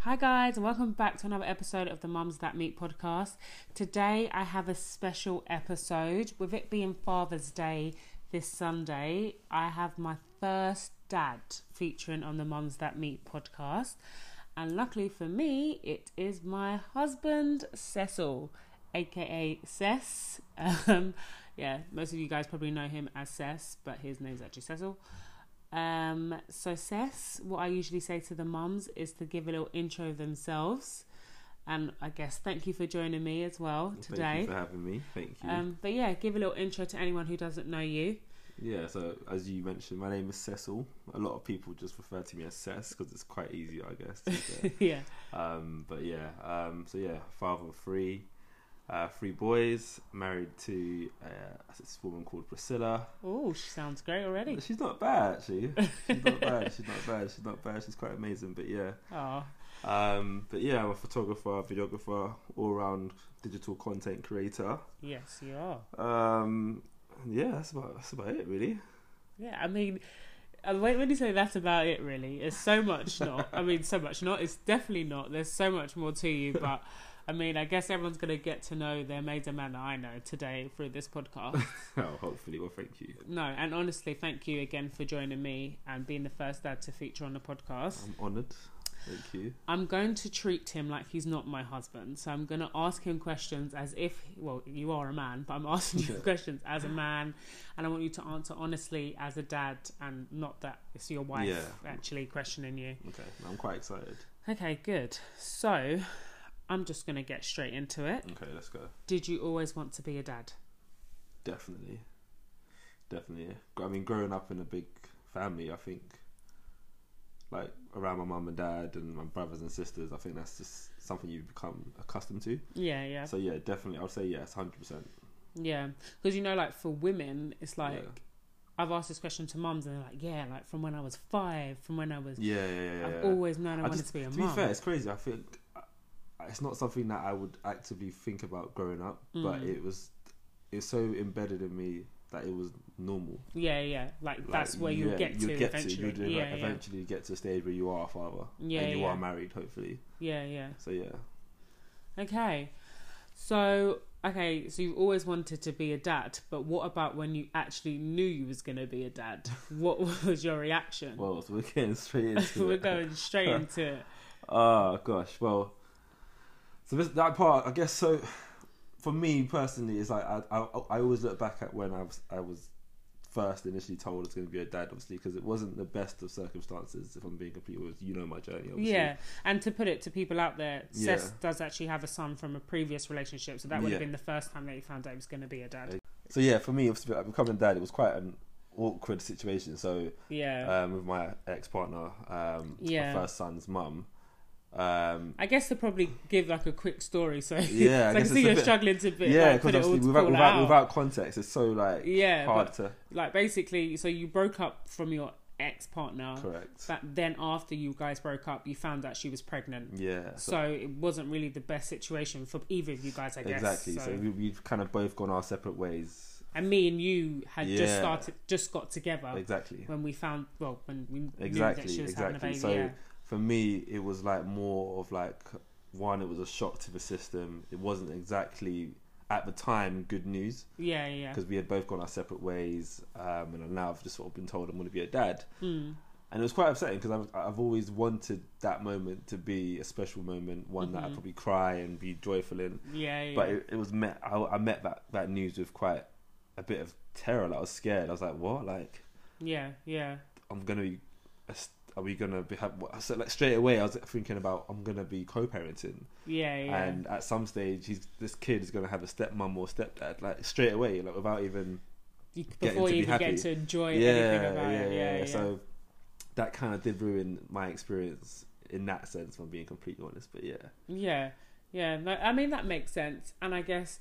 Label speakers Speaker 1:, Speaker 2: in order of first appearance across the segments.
Speaker 1: Hi, guys, and welcome back to another episode of the Mums That Meet podcast. Today, I have a special episode. With it being Father's Day this Sunday, I have my first dad featuring on the Mums That Meet podcast. And luckily for me, it is my husband, Cecil, aka Cess. Um, yeah, most of you guys probably know him as Cess, but his name's actually Cecil. Um, so, Cess, what I usually say to the mums is to give a little intro of themselves. And I guess thank you for joining me as well
Speaker 2: Well,
Speaker 1: today.
Speaker 2: Thank you for having me. Thank you.
Speaker 1: Um, but yeah, give a little intro to anyone who doesn't know you.
Speaker 2: yeah, so as you mentioned, my name is Cecil. A lot of people just refer to me as Cess because it's quite easy, I guess. to say.
Speaker 1: yeah.
Speaker 2: um, but yeah, um, so yeah, father of three, uh, three boys, married to uh, this woman called Priscilla.
Speaker 1: Oh, she sounds great already.
Speaker 2: She's not bad, actually. She's not bad. She's not bad. She's not bad. She's quite amazing. But yeah,
Speaker 1: Oh,
Speaker 2: um, but yeah, I'm a photographer, videographer, all-round digital content creator.
Speaker 1: yes, you are.
Speaker 2: Um, yeah, that's about that's about it, really.
Speaker 1: Yeah, I mean, uh, when when you say that's about it, really, it's so much not. I mean, so much not. It's definitely not. There's so much more to you, but I mean, I guess everyone's going to get to know their major man that I know today through this podcast.
Speaker 2: Oh, hopefully. Well, thank you.
Speaker 1: no, and honestly, thank you again for joining me and being the first dad to feature on the podcast.
Speaker 2: I'm honoured. Thank you.
Speaker 1: I'm going to treat him like he's not my husband. So I'm going to ask him questions as if, well, you are a man, but I'm asking you
Speaker 2: Yeah.
Speaker 1: questions as a man. And I want you to answer honestly as a dad and not that it's your wife
Speaker 2: Yeah.
Speaker 1: actually questioning you.
Speaker 2: Okay, I'm quite excited.
Speaker 1: Okay, good. So I'm just going to get straight into it.
Speaker 2: Okay, let's go.
Speaker 1: Did you always want to be a dad?
Speaker 2: Definitely, definitely. I mean, growing up in a big family, I think, like around my mum and dad and my brothers and sisters, I think that's just something you become accustomed to.
Speaker 1: Yeah, yeah.
Speaker 2: So yeah, definitely, I would say yes, hundred percent.
Speaker 1: Yeah, because you know, like for women, it's
Speaker 2: Yeah.
Speaker 1: like I've asked this question to mums, and they're like, "Yeah, like from when I was five, from when I was,
Speaker 2: Yeah, yeah, yeah. yeah.
Speaker 1: I've always known I,
Speaker 2: I
Speaker 1: wanted
Speaker 2: just-
Speaker 1: to be a
Speaker 2: to
Speaker 1: mum."
Speaker 2: be fair, it's crazy. I think uh, it's not something that I would actively think about growing up, but
Speaker 1: Mm.
Speaker 2: it was it's so embedded in me that it was normal.
Speaker 1: Yeah, yeah. Like,
Speaker 2: Like,
Speaker 1: that's where you'll
Speaker 2: yeah,
Speaker 1: get to
Speaker 2: you'll get
Speaker 1: eventually.
Speaker 2: To, you'll
Speaker 1: yeah,
Speaker 2: like,
Speaker 1: yeah.
Speaker 2: Eventually, you get to a stage where you are a father
Speaker 1: Yeah,
Speaker 2: and you
Speaker 1: yeah.
Speaker 2: are married, hopefully.
Speaker 1: yeah, yeah.
Speaker 2: So yeah,
Speaker 1: Okay. So, okay, so you've always wanted to be a dad, but what about when you actually knew you was going to be a dad? What was your reaction?
Speaker 2: well, so we're getting straight into
Speaker 1: We're
Speaker 2: it.
Speaker 1: going straight into it.
Speaker 2: Oh gosh, well, so this, that part, I guess. So, for me personally, is like I, I I always look back at when I was I was first initially told I was going to be a dad, obviously, because it wasn't the best of circumstances. If I'm being completely honest, you know my journey. Obviously.
Speaker 1: Yeah, and to put it to people out there,
Speaker 2: Yeah.
Speaker 1: Seth does actually have a son from a previous relationship, so that would have
Speaker 2: Yeah.
Speaker 1: been the first time that he found out he was going to be a dad.
Speaker 2: So yeah, for me, obviously, like, becoming a dad, it was quite an awkward situation. So
Speaker 1: Yeah.
Speaker 2: um, with my ex partner, um,
Speaker 1: Yeah.
Speaker 2: my first son's mum. Um,
Speaker 1: I guess to probably give like a quick story, so
Speaker 2: Yeah, I
Speaker 1: so I, can
Speaker 2: guess
Speaker 1: see
Speaker 2: it's a
Speaker 1: you're
Speaker 2: bit-
Speaker 1: struggling to bit,
Speaker 2: yeah,
Speaker 1: like,
Speaker 2: because
Speaker 1: put it all
Speaker 2: obviously
Speaker 1: to
Speaker 2: without
Speaker 1: call
Speaker 2: without,
Speaker 1: out.
Speaker 2: without context, it's so like
Speaker 1: yeah, but-
Speaker 2: hard to
Speaker 1: like basically so you broke up from your ex partner
Speaker 2: correct.
Speaker 1: but then after you guys broke up you found out she was pregnant
Speaker 2: Yeah,
Speaker 1: so, it wasn't really the best situation for either of you guys i guess
Speaker 2: exactly.
Speaker 1: so,
Speaker 2: So, we, we've kind of both gone our separate ways.
Speaker 1: and me and you had just
Speaker 2: Yeah.
Speaker 1: started just got together
Speaker 2: exactly,
Speaker 1: when we found Oh. well when we knew that
Speaker 2: exactly,
Speaker 1: she was having a
Speaker 2: exactly.
Speaker 1: baby
Speaker 2: So
Speaker 1: yeah
Speaker 2: for me, it was like more of like one. It was a shock to the system. It wasn't exactly at the time good news
Speaker 1: yeah yeah
Speaker 2: because we had both gone our separate ways, um, and now I've just sort of been told I'm going to be a dad.
Speaker 1: mm.
Speaker 2: And it was quite upsetting because I've, I've always wanted that moment to be a special moment, one that I
Speaker 1: Mhm.
Speaker 2: could probably cry and be joyful in.
Speaker 1: yeah yeah
Speaker 2: But it, it was met. I, I met that, that news with quite a bit of terror. Like, I was scared. I was like, "What? Like,
Speaker 1: yeah yeah
Speaker 2: I'm gonna be? Are we gonna be? Have, what? So like straight away, I was thinking about I'm gonna be co-parenting,
Speaker 1: yeah yeah
Speaker 2: and at some stage, he's, this kid is gonna have a stepmom or stepdad. Like straight away, like without even
Speaker 1: You-
Speaker 2: getting
Speaker 1: before
Speaker 2: to
Speaker 1: you
Speaker 2: be
Speaker 1: even
Speaker 2: happy.
Speaker 1: get to enjoy anything about it yeah yeah
Speaker 2: So that kind of did ruin my experience in that sense. If I'm being completely honest, but yeah,
Speaker 1: Yeah, yeah. No, I mean that makes sense, and I guess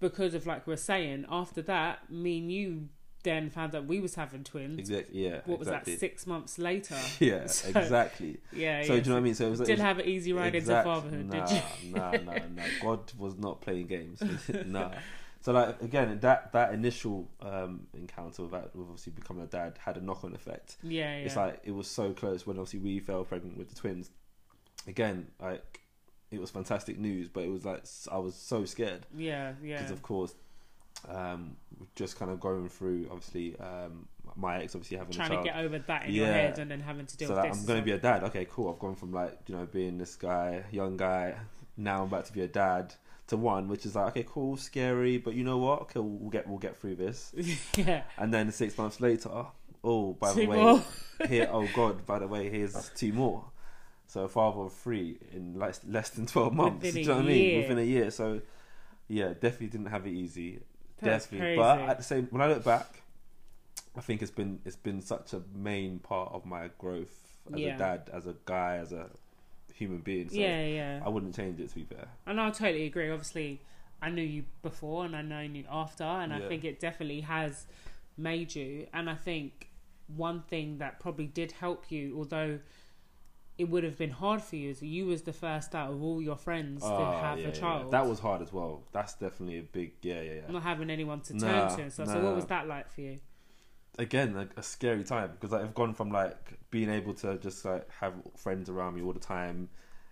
Speaker 1: because of like we are saying, after that, me and you then found out we was having twins.
Speaker 2: exactly. Yeah,
Speaker 1: Mm. What was
Speaker 2: exactly.
Speaker 1: that? Six months later.
Speaker 2: Yeah,
Speaker 1: So-
Speaker 2: exactly.
Speaker 1: Yeah.
Speaker 2: So
Speaker 1: yeah.
Speaker 2: do you know what I mean? So it was, it
Speaker 1: Didn't
Speaker 2: was-
Speaker 1: have an easy ride into
Speaker 2: Exact-
Speaker 1: fatherhood,
Speaker 2: nah,
Speaker 1: did you?
Speaker 2: nah, nah, nah. God was not playing games. nah. So like again, that that initial um, encounter with, that, with obviously becoming a dad had a knock on effect.
Speaker 1: Yeah, yeah.
Speaker 2: It's like it was so close when obviously we fell pregnant with the twins. again, like it was fantastic news, but it was like s- I was so scared
Speaker 1: Yeah, yeah.
Speaker 2: because of course, um, just kind of going through obviously um, my ex obviously having
Speaker 1: Trying
Speaker 2: a
Speaker 1: to
Speaker 2: child.
Speaker 1: get over that in your
Speaker 2: Yeah.
Speaker 1: head and then having to deal
Speaker 2: so
Speaker 1: with
Speaker 2: like,
Speaker 1: this.
Speaker 2: I'm going to be a dad. Okay, cool. I've gone from like you know being this guy, young guy, now I'm about to be a dad to one, which is like okay, cool, scary, but you know what? Okay, we'll, we'll get we'll get through this.
Speaker 1: yeah.
Speaker 2: And then six months later, oh by the
Speaker 1: Two
Speaker 2: way,
Speaker 1: more.
Speaker 2: here, oh god, by the way, here's two more. So a father of three in less less than twelve months.
Speaker 1: Within
Speaker 2: do
Speaker 1: a
Speaker 2: you know what I
Speaker 1: year.
Speaker 2: mean? Within a year. So yeah, definitely didn't have it easy
Speaker 1: That's
Speaker 2: definitely.
Speaker 1: crazy.
Speaker 2: But at the same, when I look back, I think it's been it's been such a main part of my growth as
Speaker 1: Yeah.
Speaker 2: a dad, as a guy, as a human being. So
Speaker 1: yeah, yeah.
Speaker 2: I wouldn't change it to be fair.
Speaker 1: And I totally agree. Obviously, I knew you before and I know you after, and I
Speaker 2: Yeah.
Speaker 1: think it definitely has made you. And I think one thing that probably did help you, although it would have been hard for you, is that you was the first out of all your friends to
Speaker 2: Ah,
Speaker 1: have a
Speaker 2: yeah, yeah,
Speaker 1: child.
Speaker 2: yeah. That was hard as well. That's definitely a big yeah yeah yeah.
Speaker 1: not having anyone to turn
Speaker 2: Nah,
Speaker 1: to and stuff. So,
Speaker 2: nah.
Speaker 1: what was that like for you?
Speaker 2: Again, like, a scary time because like, I've gone from like being able to just like have friends around me all the time,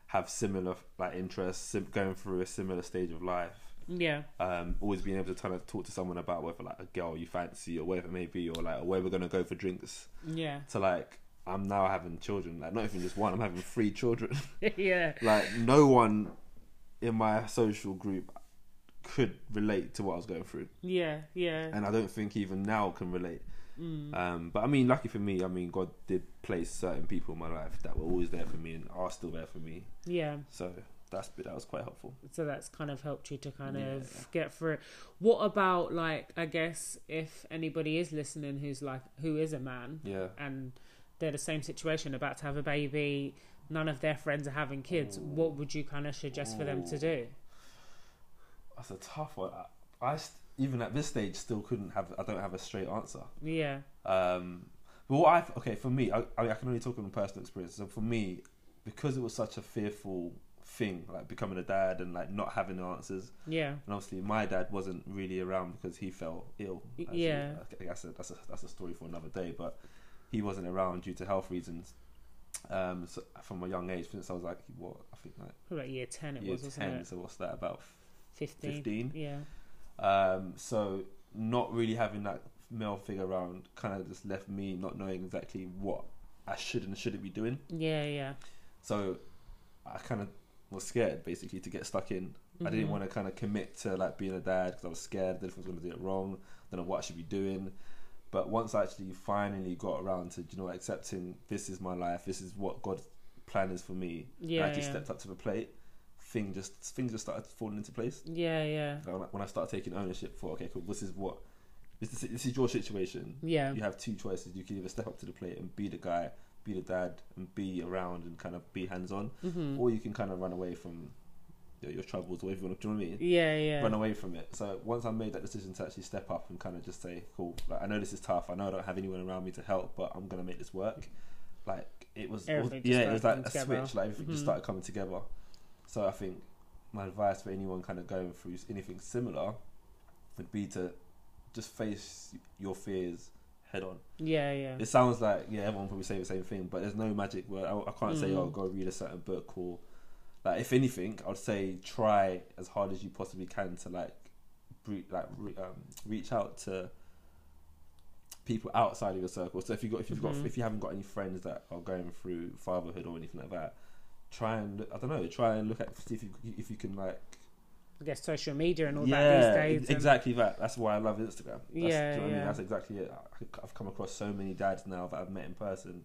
Speaker 2: have similar like interests, sim- going through a similar stage of life.
Speaker 1: Yeah,
Speaker 2: um, always being able to kind of talk to someone about whether like a girl you fancy or whatever it may be or like where we're gonna go for drinks
Speaker 1: yeah,
Speaker 2: to like I'm now having children like not even just one I'm having three children
Speaker 1: yeah,
Speaker 2: like no one in my social group could relate to what I was going through
Speaker 1: yeah, yeah,
Speaker 2: and I don't think even now can relate
Speaker 1: mm.
Speaker 2: um, but I mean lucky for me I mean God did place certain people in my life that were always there for me and are still there for me
Speaker 1: yeah.
Speaker 2: so that's that was quite helpful
Speaker 1: so that's kind of helped you to kind
Speaker 2: Yeah.
Speaker 1: of get through it. What about like I guess if anybody is listening who's like who is a man
Speaker 2: yeah
Speaker 1: and they're the same situation about to have a baby, none of their friends are having kids, what would you kind of suggest for them to
Speaker 2: Ooh.
Speaker 1: do?
Speaker 2: That's a tough one. I, I st- even at this stage still couldn't have. I don't have a straight answer.
Speaker 1: Yeah.
Speaker 2: Um, but what I okay for me, I, I mean, I can only talk on personal experience. So for me, because it was such a fearful thing, like becoming a dad and like not having answers,
Speaker 1: Yeah.
Speaker 2: and obviously my dad wasn't really around because he fell ill.
Speaker 1: Y-
Speaker 2: as you-
Speaker 1: yeah.
Speaker 2: I guess that- that's a, that's a story for another day. But he wasn't around due to health reasons. Um, so from a young age, since I was like what I think like
Speaker 1: Probably like year ten it
Speaker 2: year
Speaker 1: was, wasn't
Speaker 2: ten.
Speaker 1: it?
Speaker 2: So what's that about?
Speaker 1: Fifteen.
Speaker 2: Fifteen.
Speaker 1: Yeah.
Speaker 2: Um, so not really having that male figure around kind of just left me not knowing exactly what I should and shouldn't be doing.
Speaker 1: Yeah, yeah.
Speaker 2: So I kind of was scared basically to get stuck in. I didn't
Speaker 1: Mhm.
Speaker 2: want to kind of commit to like being a dad because I was scared that if I was going to do it wrong, don't know what I should be doing. But once I actually finally got around to you know accepting this is my life, this is what God's plan is for me,
Speaker 1: Yeah.
Speaker 2: and I actually
Speaker 1: yeah.
Speaker 2: stepped up to the plate. Thing just things just started falling into place.
Speaker 1: yeah, yeah.
Speaker 2: Like, when I, when I start taking ownership for okay, cool, this is what this is, this is your situation.
Speaker 1: Yeah.
Speaker 2: You have two choices. You can either step up to the plate and be the guy, be the dad, and be around and kind of be hands on,
Speaker 1: Mhm.
Speaker 2: or you can kind of run away from your, your troubles, or if you want to, do you know what I mean?
Speaker 1: Yeah, yeah.
Speaker 2: Run away from it. So once I made that decision to actually step up and kind of just say, cool, like, I know this is tough. I know I don't have anyone around me to help, but I'm gonna make this work. Like it was, it was-
Speaker 1: Everything just
Speaker 2: yeah, it was like
Speaker 1: started
Speaker 2: a
Speaker 1: coming together.
Speaker 2: switch. Like everything just
Speaker 1: Mhm.
Speaker 2: started coming together. So I think my advice for anyone kind of going through anything similar would be to just face your fears head on.
Speaker 1: Yeah, yeah.
Speaker 2: It sounds like yeah, everyone probably say the same thing, but there's no magic word. I, I can't say
Speaker 1: Mm.
Speaker 2: oh, go read a certain book or like if anything, I'd say try as hard as you possibly can to like re- like re- um, reach out to people outside of your circle. So if you got if you've
Speaker 1: Mhm.
Speaker 2: got if you haven't got any friends that are going through fatherhood or anything like that, try and look, I don't know, try and look at see if you if you can like
Speaker 1: I guess social media and all
Speaker 2: ex-
Speaker 1: that these days. and-
Speaker 2: exactly that. That's why I love Instagram.
Speaker 1: Yeah,
Speaker 2: That's, do you know what I
Speaker 1: yeah.
Speaker 2: mean? That's exactly it. I- I've come across so many dads now that I've met in person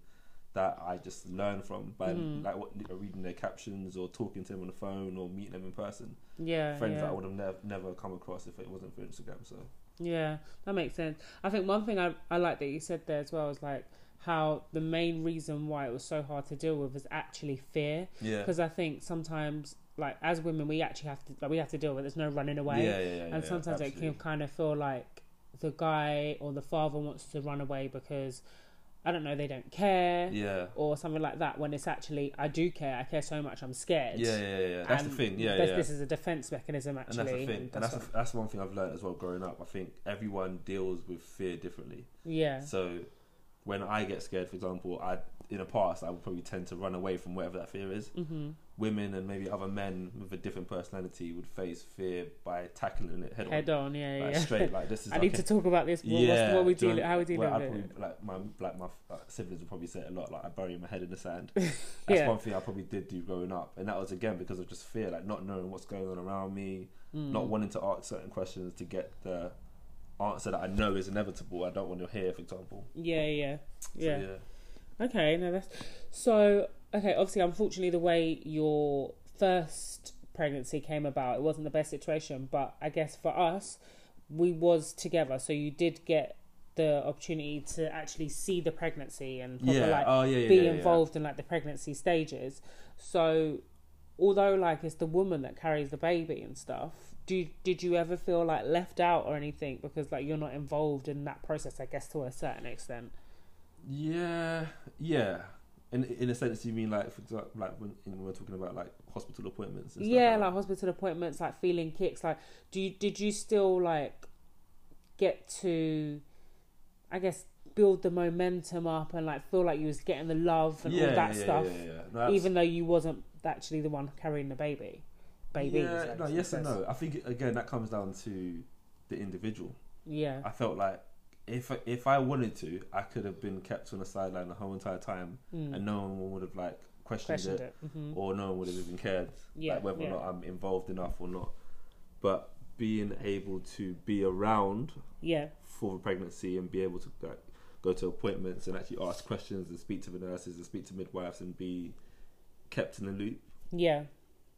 Speaker 2: that I just learn from by
Speaker 1: Mhm.
Speaker 2: like what, reading their captions or talking to them on the phone or meeting them in person.
Speaker 1: yeah.
Speaker 2: Friends
Speaker 1: Uh, yeah.
Speaker 2: that I would have never never come across if it wasn't for Instagram. So
Speaker 1: Yeah, that makes sense. I think one thing I, I like that you said there as well is like how the main reason why it was so hard to deal with is actually fear.
Speaker 2: yeah,
Speaker 1: Because I think sometimes, like as women, we actually have to like, we have to deal with. it. There's no running
Speaker 2: yeah,
Speaker 1: away,
Speaker 2: yeah, yeah, yeah,
Speaker 1: and sometimes it
Speaker 2: absolutely.
Speaker 1: can kind of feel like the guy or the father wants to run away because I don't know they don't care
Speaker 2: yeah.
Speaker 1: or something like that. When it's actually I do care. I care so much. I'm scared.
Speaker 2: Yeah, yeah, yeah, yeah. That's the
Speaker 1: And
Speaker 2: thing. Yeah,
Speaker 1: this,
Speaker 2: yeah.
Speaker 1: Um, This is a defense mechanism
Speaker 2: and
Speaker 1: actually.
Speaker 2: that's the thing. And that's
Speaker 1: what-
Speaker 2: the, that's one thing I've learned as well growing up. I think everyone deals with fear differently.
Speaker 1: yeah,
Speaker 2: So when I get scared, for example, I in the past I would probably tend to run away from whatever that fear is.
Speaker 1: hmm
Speaker 2: women and maybe other men with a different personality would face fear by tackling it head,
Speaker 1: Head
Speaker 2: on,
Speaker 1: on, yeah,
Speaker 2: like
Speaker 1: yeah.
Speaker 2: straight. Like this is.
Speaker 1: I
Speaker 2: like
Speaker 1: need
Speaker 2: a-
Speaker 1: to talk about this. What, what's, what we
Speaker 2: do you
Speaker 1: deal,
Speaker 2: know-
Speaker 1: how we deal
Speaker 2: well, I
Speaker 1: with it.
Speaker 2: probably, Like my like my uh, siblings would probably say it a lot. Like I bury my head in the sand. That's
Speaker 1: Yeah.
Speaker 2: one thing I probably did do growing up, and that was again because of just fear, like not knowing what's going on around me,
Speaker 1: Mm.
Speaker 2: not wanting to ask certain questions to get the answer that I know is inevitable. I don't want to hear, for example.
Speaker 1: Yeah, yeah,
Speaker 2: So,
Speaker 1: yeah. Okay, no, that's so. Okay, obviously, unfortunately, the way your first pregnancy came about, it wasn't the best situation. But I guess for us, we was together, so you did get the opportunity to actually see the pregnancy and proper,
Speaker 2: Yeah.
Speaker 1: like
Speaker 2: oh yeah. yeah
Speaker 1: be
Speaker 2: yeah, yeah.
Speaker 1: involved in like the pregnancy stages. So, although like it's the woman that carries the baby and stuff, do did you ever feel like left out or anything because like you're not involved in that process? I guess to a certain extent.
Speaker 2: Yeah, yeah. In in a sense, you mean like for example, like when, in, when we're talking about like hospital appointments. And stuff
Speaker 1: yeah,
Speaker 2: like, that.
Speaker 1: like hospital appointments, like feeling kicks. Like, do you did you still like get to, I guess, build the momentum up and like feel like you was getting the love and
Speaker 2: yeah,
Speaker 1: all that
Speaker 2: yeah,
Speaker 1: stuff,
Speaker 2: Yeah, yeah, yeah. No, abs-
Speaker 1: even though you wasn't actually the one carrying the baby, baby.
Speaker 2: Yeah, no, yes and no. I think again that comes down to the individual.
Speaker 1: Yeah,
Speaker 2: I felt like if if I wanted to, I could have been kept on the sideline the whole entire time,
Speaker 1: Mm.
Speaker 2: and no one would have like questioned,
Speaker 1: questioned
Speaker 2: it,
Speaker 1: it. hmm
Speaker 2: or no one would have even cared
Speaker 1: Yeah,
Speaker 2: like whether
Speaker 1: yeah.
Speaker 2: or not I'm involved enough or not. But being able to be around
Speaker 1: Yeah,
Speaker 2: for the pregnancy and be able to like, go to appointments and actually ask questions and speak to the nurses and speak to midwives and be kept in the loop.
Speaker 1: yeah,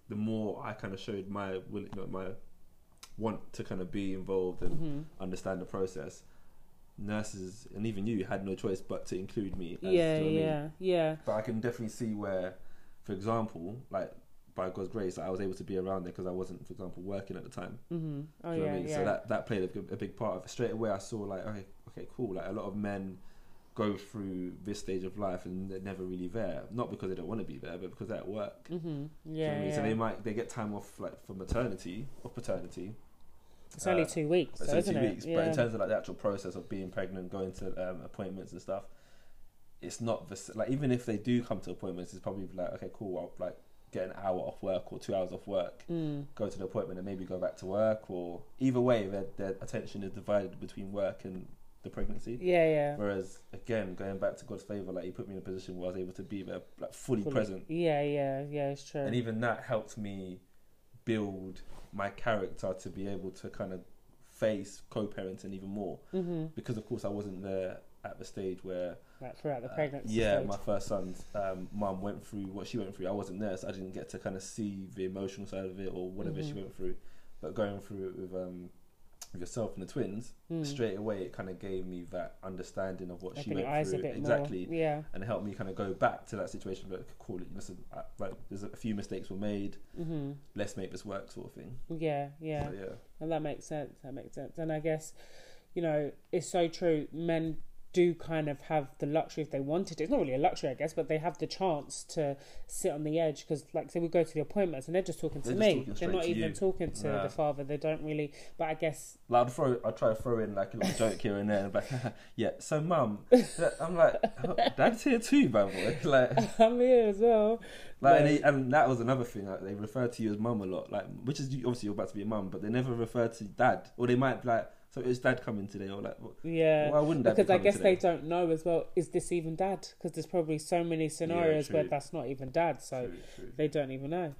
Speaker 2: The more I kind of showed my will, you know, my want to kind of be involved and
Speaker 1: hmm
Speaker 2: understand the process, nurses and even you had no choice but to include me. As,
Speaker 1: yeah,
Speaker 2: do you know what I mean?
Speaker 1: yeah, yeah,
Speaker 2: But I can definitely see where, for example, like by God's grace, I was able to be around there because I wasn't, for example, working at the time.
Speaker 1: hmm Oh
Speaker 2: Do
Speaker 1: yeah,
Speaker 2: you know what I mean?
Speaker 1: yeah.
Speaker 2: So that, that played a, a big part of it. Straight away, I saw like, okay, okay, cool. Like a lot of men go through this stage of life and they're never really there, not because they don't want to be there, but because they're at work.
Speaker 1: hmm
Speaker 2: Do you know
Speaker 1: Yeah,
Speaker 2: what I mean?
Speaker 1: yeah.
Speaker 2: So they might they get time off like for maternity or paternity.
Speaker 1: it's only
Speaker 2: uh,
Speaker 1: two weeks,
Speaker 2: It's
Speaker 1: though,
Speaker 2: only
Speaker 1: isn't
Speaker 2: two
Speaker 1: it?
Speaker 2: weeks,
Speaker 1: yeah.
Speaker 2: but in terms of like the actual process of being pregnant, going to um, appointments and stuff, it's not the s- like even if they do come to appointments, it's probably like okay, cool, I'll like get an hour off work or two hours off work
Speaker 1: Mm.
Speaker 2: go to the appointment and maybe go back to work or either way their, their attention is divided between work and the pregnancy
Speaker 1: Yeah, yeah.
Speaker 2: whereas again going back to god's favor like he put me in a position where i was able to be there like fully,
Speaker 1: Fully-
Speaker 2: present
Speaker 1: Yeah, yeah, yeah. It's true.
Speaker 2: and even that helped me build my character to be able to kind of face co-parenting even more
Speaker 1: hmm
Speaker 2: because of course i wasn't there at the stage where
Speaker 1: like throughout the
Speaker 2: uh,
Speaker 1: pregnancy.
Speaker 2: yeah
Speaker 1: stage.
Speaker 2: my first son's um, mum went through what she went through i wasn't there so i didn't get to kind of see the emotional side of it or whatever she
Speaker 1: Mhm.
Speaker 2: went through but going through it with um with yourself and the twins
Speaker 1: Mm.
Speaker 2: straight away it kind of gave me that understanding of what she
Speaker 1: Open
Speaker 2: went
Speaker 1: your eyes
Speaker 2: through
Speaker 1: a bit
Speaker 2: exactly
Speaker 1: more. Yeah.
Speaker 2: and it helped me kind of go back to that situation but call it listen I, like there's a few mistakes were made
Speaker 1: hmm
Speaker 2: let's make this work sort of thing
Speaker 1: Yeah, yeah.
Speaker 2: so, yeah
Speaker 1: And that makes sense. That makes sense. And I guess, you know, it's so true. Men do kind of have the luxury if they wanted. to. It's not really a luxury, I guess, but they have the chance to sit on the edge because, like, say we go to the appointments and they're just talking to
Speaker 2: They're just
Speaker 1: me.
Speaker 2: talking
Speaker 1: they're
Speaker 2: straight
Speaker 1: not
Speaker 2: to
Speaker 1: even
Speaker 2: you.
Speaker 1: talking to
Speaker 2: Nah.
Speaker 1: the father. They don't really. But I guess,
Speaker 2: Like I'd throw, I'd try to throw in like a little joke here and there, and be like, yeah. So, mum, I'm like, dad's here too, by the way. Like,
Speaker 1: I'm here as well.
Speaker 2: Like
Speaker 1: Right.
Speaker 2: and, they, and that was another thing. Like, they refer to you as mum a lot, like which is you- obviously you're about to be a mum, but they never refer to dad, or they might be like, "So is dad coming today?" Or like, "Well,
Speaker 1: Yeah.
Speaker 2: "Why wouldn't dad?"
Speaker 1: Uh, because
Speaker 2: be
Speaker 1: I
Speaker 2: coming
Speaker 1: guess they
Speaker 2: today?
Speaker 1: don't know as well. Is this even dad? Because there's probably so many scenarios where
Speaker 2: true.
Speaker 1: that's not even dad. So
Speaker 2: True, true.
Speaker 1: they don't even know.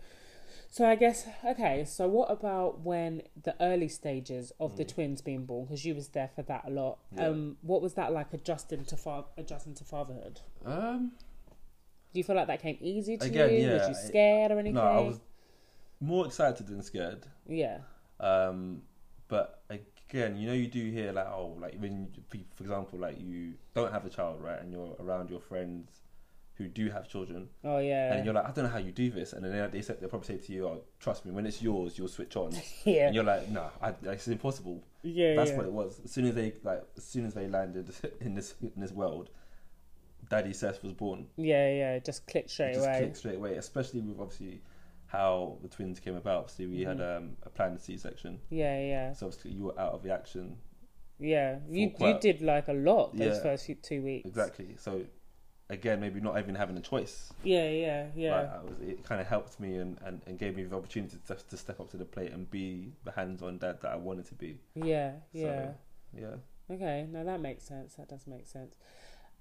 Speaker 1: So I guess okay. So what about when the early stages of the
Speaker 2: Mm.
Speaker 1: twins being born? Because you was there for that a lot.
Speaker 2: Yeah.
Speaker 1: Um, what was that like adjusting to fa- adjusting to fatherhood?
Speaker 2: Um,
Speaker 1: Do you feel like that came easy to
Speaker 2: Again,
Speaker 1: you?
Speaker 2: yeah,
Speaker 1: was you
Speaker 2: it-
Speaker 1: scared or anything?
Speaker 2: no, I was more excited than scared.
Speaker 1: Yeah.
Speaker 2: Um, but again, you know, you do hear like, oh, like when, you- for example, like you don't have a child, right, and you're around your friends who do have children,
Speaker 1: Oh yeah.
Speaker 2: and you're like, I don't know how you do this, and then they- they said they'll probably say to you, oh, trust me, when it's yours, you'll switch on.
Speaker 1: yeah.
Speaker 2: And you're like, nah, I, it's impossible.
Speaker 1: yeah.
Speaker 2: That's
Speaker 1: yeah.
Speaker 2: what it was. As soon as they like, as soon as they landed in this in this world, Daddy Seth was born.
Speaker 1: yeah. Yeah. it Just clicked
Speaker 2: It
Speaker 1: straight
Speaker 2: just
Speaker 1: away.
Speaker 2: clicked straight away. Especially with obviously how the twins came about. Obviously, we had
Speaker 1: Mm-hmm.
Speaker 2: um, a planned C-section,
Speaker 1: Yeah. Yeah.
Speaker 2: so obviously you were out of the action
Speaker 1: Yeah. You you
Speaker 2: quite-
Speaker 1: did like a lot those
Speaker 2: Yeah.
Speaker 1: first few, two weeks.
Speaker 2: exactly. So again maybe not even having a choice.
Speaker 1: Yeah, yeah, yeah.
Speaker 2: Like, I was, it kind of helped me and, and, and gave me the opportunity to, to step up to the plate and be the hands-on dad that I wanted to be.
Speaker 1: yeah, yeah.
Speaker 2: Yeah.
Speaker 1: Okay, now that makes sense. That does make sense.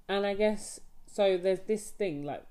Speaker 1: And I guess so. There's this thing like,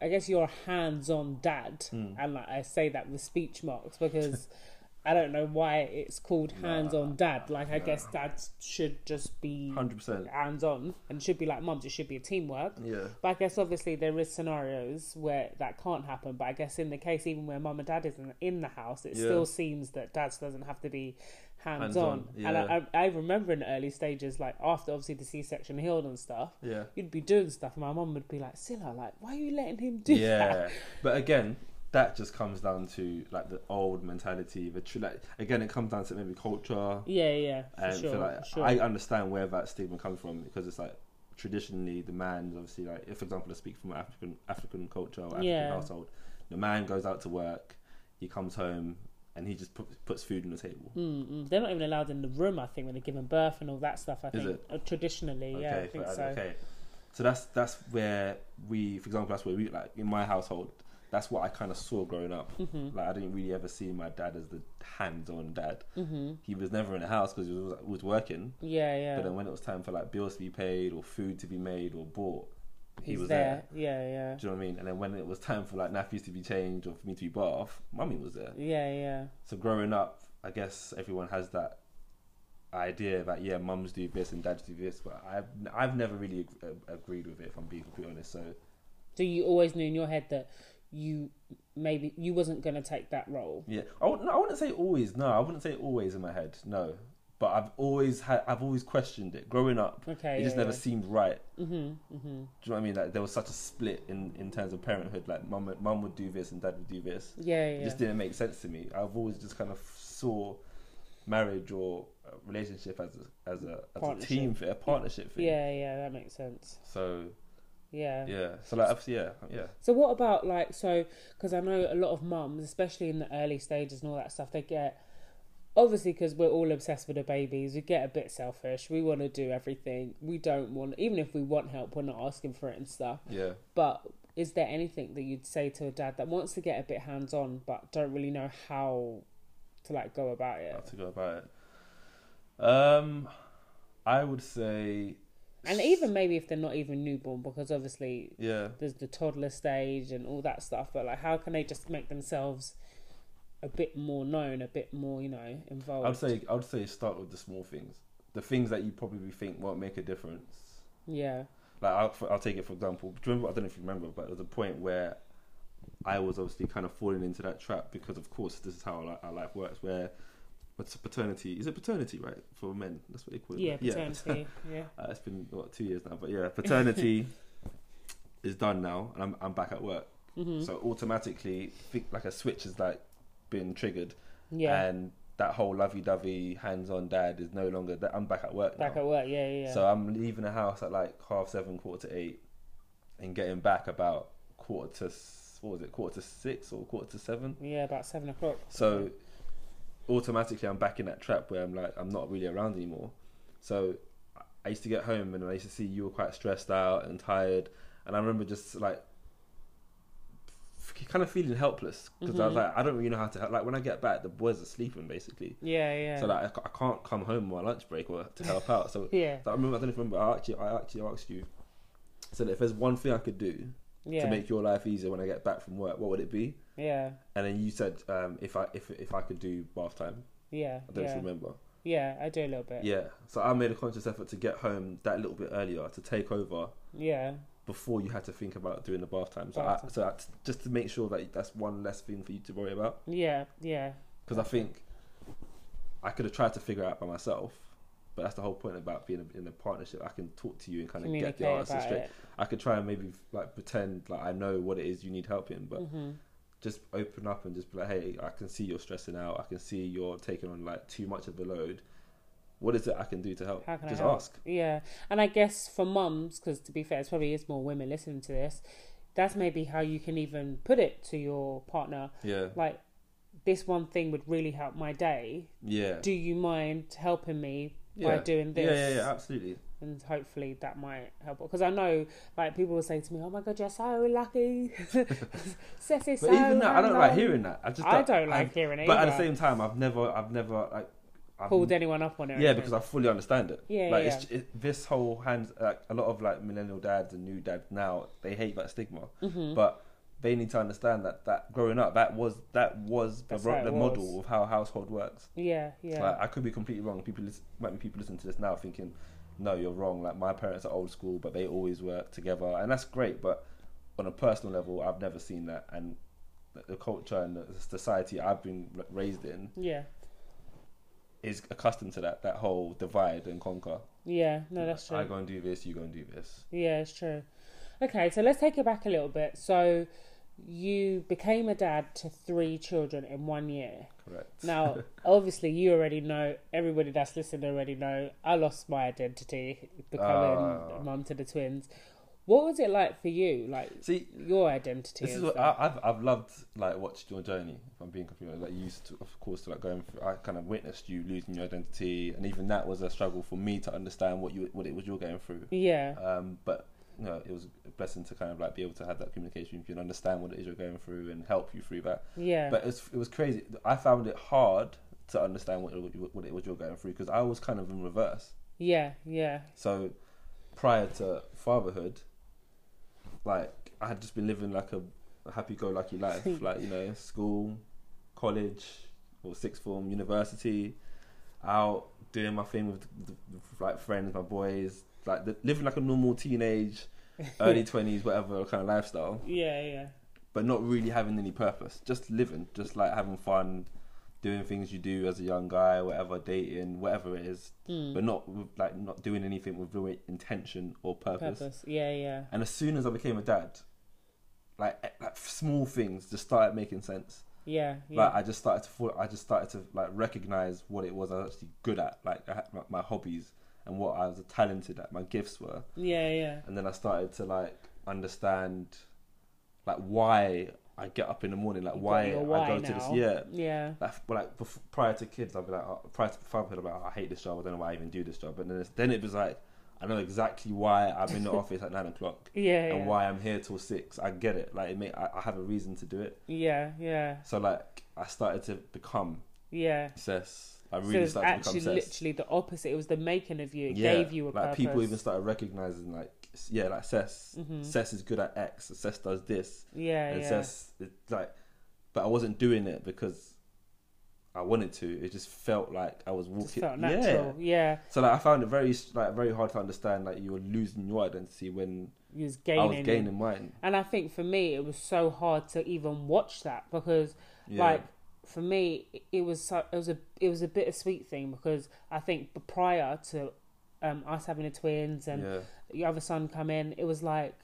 Speaker 1: I guess you're a hands-on dad, and like I say that with speech marks because I don't know why it's called hands-on dad. Like I guess dads should just be
Speaker 2: Hundred percent.
Speaker 1: hands-on and should be like mums. It should be a teamwork.
Speaker 2: Yeah.
Speaker 1: But I guess obviously there is scenarios where that can't happen. But I guess in the case even where mum and dad isn't in the house, it
Speaker 2: Yeah.
Speaker 1: still seems that dad doesn't have to be hands on.
Speaker 2: Hands-on,
Speaker 1: And
Speaker 2: yeah.
Speaker 1: I, I, I remember in the early stages, like after obviously the C section healed and stuff,
Speaker 2: Yeah.
Speaker 1: you'd be doing stuff, and my mum would be like, "Silla, like why are you letting him do that?"
Speaker 2: yeah but again that just comes down to like the old mentality the true like again it comes down to maybe culture
Speaker 1: Yeah, yeah, for
Speaker 2: and I
Speaker 1: sure,
Speaker 2: feel like
Speaker 1: for sure.
Speaker 2: i understand where that stigma comes from because it's like traditionally the man is obviously like if for example i speak from african african culture or african
Speaker 1: Yeah.
Speaker 2: household the man goes out to work he comes home and he just put, puts food on the table
Speaker 1: Mm, mm. They're not even allowed in the room, I think, when they're giving birth and all that stuff. I
Speaker 2: Is
Speaker 1: think
Speaker 2: it?
Speaker 1: Uh, traditionally, yeah, I
Speaker 2: Okay,
Speaker 1: think
Speaker 2: for-
Speaker 1: so.
Speaker 2: okay. So that's that's where we, for example, that's where we like in my household. That's what I kind of saw growing up.
Speaker 1: Mm-hmm.
Speaker 2: Like I didn't really ever see my dad as the hands-on dad. Mm-hmm. He was never in the house because he was, was working.
Speaker 1: Yeah, yeah.
Speaker 2: But then when it was time for like bills to be paid or food to be made or bought, he
Speaker 1: He's
Speaker 2: was
Speaker 1: there.
Speaker 2: there.
Speaker 1: Yeah,
Speaker 2: Do you know what I mean? And then when it was time for like nappies to be changed or for me to be bath, mummy was there.
Speaker 1: yeah, yeah, yeah.
Speaker 2: So growing up, I guess everyone has that idea that yeah, mums do this and dads do this, but I've I've never really ag- uh, agreed with it. If I'm being completely honest, so
Speaker 1: So you always knew in your head that you maybe you wasn't going to take that role.
Speaker 2: yeah, I would, no, I wouldn't say always. No, I wouldn't say always in my head. No, but I've always had I've always questioned it. Growing up,
Speaker 1: Okay,
Speaker 2: it just
Speaker 1: yeah,
Speaker 2: never
Speaker 1: yeah.
Speaker 2: seemed right.
Speaker 1: Mm-hmm, mm-hmm.
Speaker 2: Do you know what I mean? Like there was such a split in, in terms of parenthood. Like mum would- mum would do this and dad would do this.
Speaker 1: Yeah, yeah.
Speaker 2: It just didn't make sense to me. I've always just kind of saw marriage or uh, relationship as a, as a as a
Speaker 1: Partnership.
Speaker 2: team fit, a partnership thing.
Speaker 1: yeah, yeah, that makes sense.
Speaker 2: So
Speaker 1: Yeah.
Speaker 2: yeah, so like obviously yeah, yeah,
Speaker 1: So what about like so because I know a lot of mums, especially in the early stages and all that stuff, they get obviously because we're all obsessed with the babies, we get a bit selfish. We want to do everything. We don't want even if we want help, we're not asking for it and stuff.
Speaker 2: yeah.
Speaker 1: But is there anything that you'd say to a dad that wants to get a bit hands on but don't really know how to like go about
Speaker 2: How
Speaker 1: it?
Speaker 2: to go about it? Um, I would say
Speaker 1: And even maybe if they're not even newborn, because obviously
Speaker 2: yeah,
Speaker 1: there's the toddler stage and all that stuff. But like, how can they just make themselves a bit more known, a bit more, you know, involved?
Speaker 2: I'd say I'd say start with the small things, the things that you probably think won't make a difference.
Speaker 1: yeah,
Speaker 2: Like I'll, I'll take it for example. Do you remember? I don't know if you remember, but there was a point where I was obviously kind of falling into that trap because, of course, this is how our, our life works. Where what's paternity? Is it paternity right for men? That's what they call it.
Speaker 1: yeah,
Speaker 2: right?
Speaker 1: paternity, yeah,
Speaker 2: Uh, it's been what two years now, but yeah, paternity is done now, and I'm I'm back at work.
Speaker 1: Mhm.
Speaker 2: So uh, automatically, think, like a switch has like been triggered,
Speaker 1: yeah,
Speaker 2: and that whole lovey-dovey hands-on dad is no longer. That I'm back at work
Speaker 1: back
Speaker 2: now.
Speaker 1: at work, yeah, yeah,
Speaker 2: So I'm leaving the house at like half seven, quarter to eight, and getting back about quarter to s- what was it, quarter to six or quarter to seven.
Speaker 1: yeah, about seven o'clock.
Speaker 2: So automatically, I'm back in that trap where I'm like, I'm not really around anymore. So I- I used to get home and I used to see you were quite stressed out and tired, and I remember just like f- kind of feeling helpless because I was like, I don't really know how to help. Like when I get back, the boys are sleeping basically.
Speaker 1: yeah, yeah,
Speaker 2: So like I ca- I can't come home on my lunch break or to help out. So
Speaker 1: yeah,
Speaker 2: I remember. I don't know if you remember. I actually, I actually asked you. So that if there's one thing I could do
Speaker 1: yeah,
Speaker 2: to make your life easier when I get back from work, what would it be?
Speaker 1: yeah,
Speaker 2: And then you said, um, if I if if I could do bath time,
Speaker 1: yeah,
Speaker 2: I don't know if
Speaker 1: yeah,
Speaker 2: you remember.
Speaker 1: yeah. I do a little bit.
Speaker 2: Yeah. So I made a conscious effort to get home that little bit earlier to take over
Speaker 1: Yeah,
Speaker 2: before you had to think about doing the bath time. So
Speaker 1: Bath
Speaker 2: I,
Speaker 1: time.
Speaker 2: so I, just to make sure that that's one less thing for you to worry about,
Speaker 1: yeah, yeah,
Speaker 2: because I think I could have tried to figure it out by myself. But that's the whole point about being in a partnership. I can talk to you and kind of get
Speaker 1: Communicate
Speaker 2: the answer
Speaker 1: about
Speaker 2: straight.
Speaker 1: it.
Speaker 2: I could try and maybe like pretend like I know what it is you need help in, but
Speaker 1: hmm
Speaker 2: just open up and just be like, hey, I can see you're stressing out. I can see you're taking on like too much of the load. What is it I can do to help?
Speaker 1: How can I
Speaker 2: just
Speaker 1: help?
Speaker 2: ask.
Speaker 1: Yeah, and I guess for mums, because to be fair, it's probably is more women listening to this. That's maybe how you can even put it to your partner.
Speaker 2: Yeah,
Speaker 1: Like, this one thing would really help my day.
Speaker 2: yeah,
Speaker 1: Do you mind helping me
Speaker 2: yeah.
Speaker 1: by doing this?
Speaker 2: Yeah, yeah, yeah, absolutely.
Speaker 1: and hopefully that might help. Because I know, like, people will say to me, "Oh my god, you're so lucky." Seth is
Speaker 2: But
Speaker 1: so
Speaker 2: even that, I don't like
Speaker 1: lucky."
Speaker 2: hearing that. I just
Speaker 1: I don't like
Speaker 2: I've-
Speaker 1: hearing it.
Speaker 2: But at the
Speaker 1: either.
Speaker 2: same time, I've never, I've never like I've,
Speaker 1: pulled anyone up on it. or
Speaker 2: Yeah,
Speaker 1: anything.
Speaker 2: because I fully understand it.
Speaker 1: Yeah,
Speaker 2: like
Speaker 1: yeah,
Speaker 2: It's, it, this whole hands like a lot of like millennial dads and new dads now they hate that stigma,
Speaker 1: Mm-hmm.
Speaker 2: but they need to understand that that growing up that was that was the,
Speaker 1: That's
Speaker 2: ro-
Speaker 1: how it
Speaker 2: the
Speaker 1: was.
Speaker 2: model of how a household works.
Speaker 1: yeah, yeah,
Speaker 2: Like, I could be completely wrong. People lis- might be people listening to this now thinking, "No, you're wrong." Like my parents are old school, but they always work together, and that's great. But on a personal level, I've never seen that, and the- the culture and the society I've been ra- raised in
Speaker 1: yeah,
Speaker 2: is accustomed to that that whole divide and conquer.
Speaker 1: yeah. No, that's true.
Speaker 2: I go and do this, you go and do this.
Speaker 1: Yeah, it's true. Okay, so let's take it back a little bit. So you became a dad to three children in one year.
Speaker 2: Correct.
Speaker 1: Now, obviously, you already know. Everybody that's listening already know. I lost my identity becoming
Speaker 2: Ah.
Speaker 1: mum to the twins. What was it like for you? Like
Speaker 2: See,
Speaker 1: your identity.
Speaker 2: this is
Speaker 1: and
Speaker 2: what I,
Speaker 1: stuff?
Speaker 2: I've I've loved like watched your journey. If I'm being completely honest, like you used to, of course, to like going through. I kind of witnessed you losing your identity, and even that was a struggle for me to understand what you what it was you're going through.
Speaker 1: yeah,
Speaker 2: Um, but you know, it was a blessing to kind of like be able to have that communication with you and understand what it is you're going through and help you through that.
Speaker 1: yeah,
Speaker 2: But it was, it was crazy. I found it hard to understand what it, what it was you're going through because I was kind of in reverse.
Speaker 1: yeah, yeah,
Speaker 2: So prior to fatherhood, like I had just been living like a, a happy-go-lucky life, like you know, school, college, or sixth form, university, out doing my thing with, the, with like friends, my boys, like the, living like a normal teenage, early twenties, whatever kind of lifestyle,
Speaker 1: yeah, yeah,
Speaker 2: but not really having any purpose, just living, just like having fun. Doing things you do as a young guy, whatever, dating, whatever it is,
Speaker 1: Mm.
Speaker 2: but not with- like not doing anything with real intention or purpose.
Speaker 1: purpose. Yeah, yeah,
Speaker 2: And as soon as I became a dad, like e- like small things just started making sense.
Speaker 1: yeah, yeah.
Speaker 2: Like I just started to fall, I just started to like recognize what it was I was actually good at, like I had my, my hobbies and what I was talented at, my gifts were.
Speaker 1: yeah, yeah,
Speaker 2: And then I started to like understand like why I get up in the morning, like
Speaker 1: You've got
Speaker 2: why,
Speaker 1: your
Speaker 2: I
Speaker 1: why
Speaker 2: go to this
Speaker 1: now.
Speaker 2: yeah.
Speaker 1: yeah,
Speaker 2: Like, f- like bef- prior to kids, I'd be like, oh, prior to fatherhood, I'd be like, I hate this job. I don't know why I even do this job. But then, it's, then it was like, I know exactly why I'm in the office at nine o'clock
Speaker 1: yeah, yeah.
Speaker 2: and why I'm here till six. I get it. Like, it may, I, I have a reason to do it.
Speaker 1: Yeah, yeah,
Speaker 2: So like, I started to become
Speaker 1: yeah.
Speaker 2: obsessed. I
Speaker 1: so
Speaker 2: really
Speaker 1: it's
Speaker 2: started to
Speaker 1: actually
Speaker 2: become obsessed.
Speaker 1: literally the opposite. It was the making of you. It gave you a
Speaker 2: like
Speaker 1: purpose.
Speaker 2: people even started recognizing like, s- yeah, like Sess.
Speaker 1: Mhm.
Speaker 2: Sess is good at X. Sess does this.
Speaker 1: Yeah,
Speaker 2: and
Speaker 1: yeah,
Speaker 2: Sess, it, like, but I wasn't doing it because. I wanted to. It just felt like I was
Speaker 1: just
Speaker 2: walking.
Speaker 1: felt
Speaker 2: Yeah,
Speaker 1: natural. Yeah,
Speaker 2: So like I found it very like very hard to understand like you were losing your identity when
Speaker 1: you was gaining.
Speaker 2: I was gaining mine.
Speaker 1: And I think for me, it was so hard to even watch that because,
Speaker 2: Yeah.
Speaker 1: like, for me, it- it was so, it was a it was a bittersweet thing because I think b- prior to um, us having the twins and
Speaker 2: yeah.
Speaker 1: your other son come in, it was like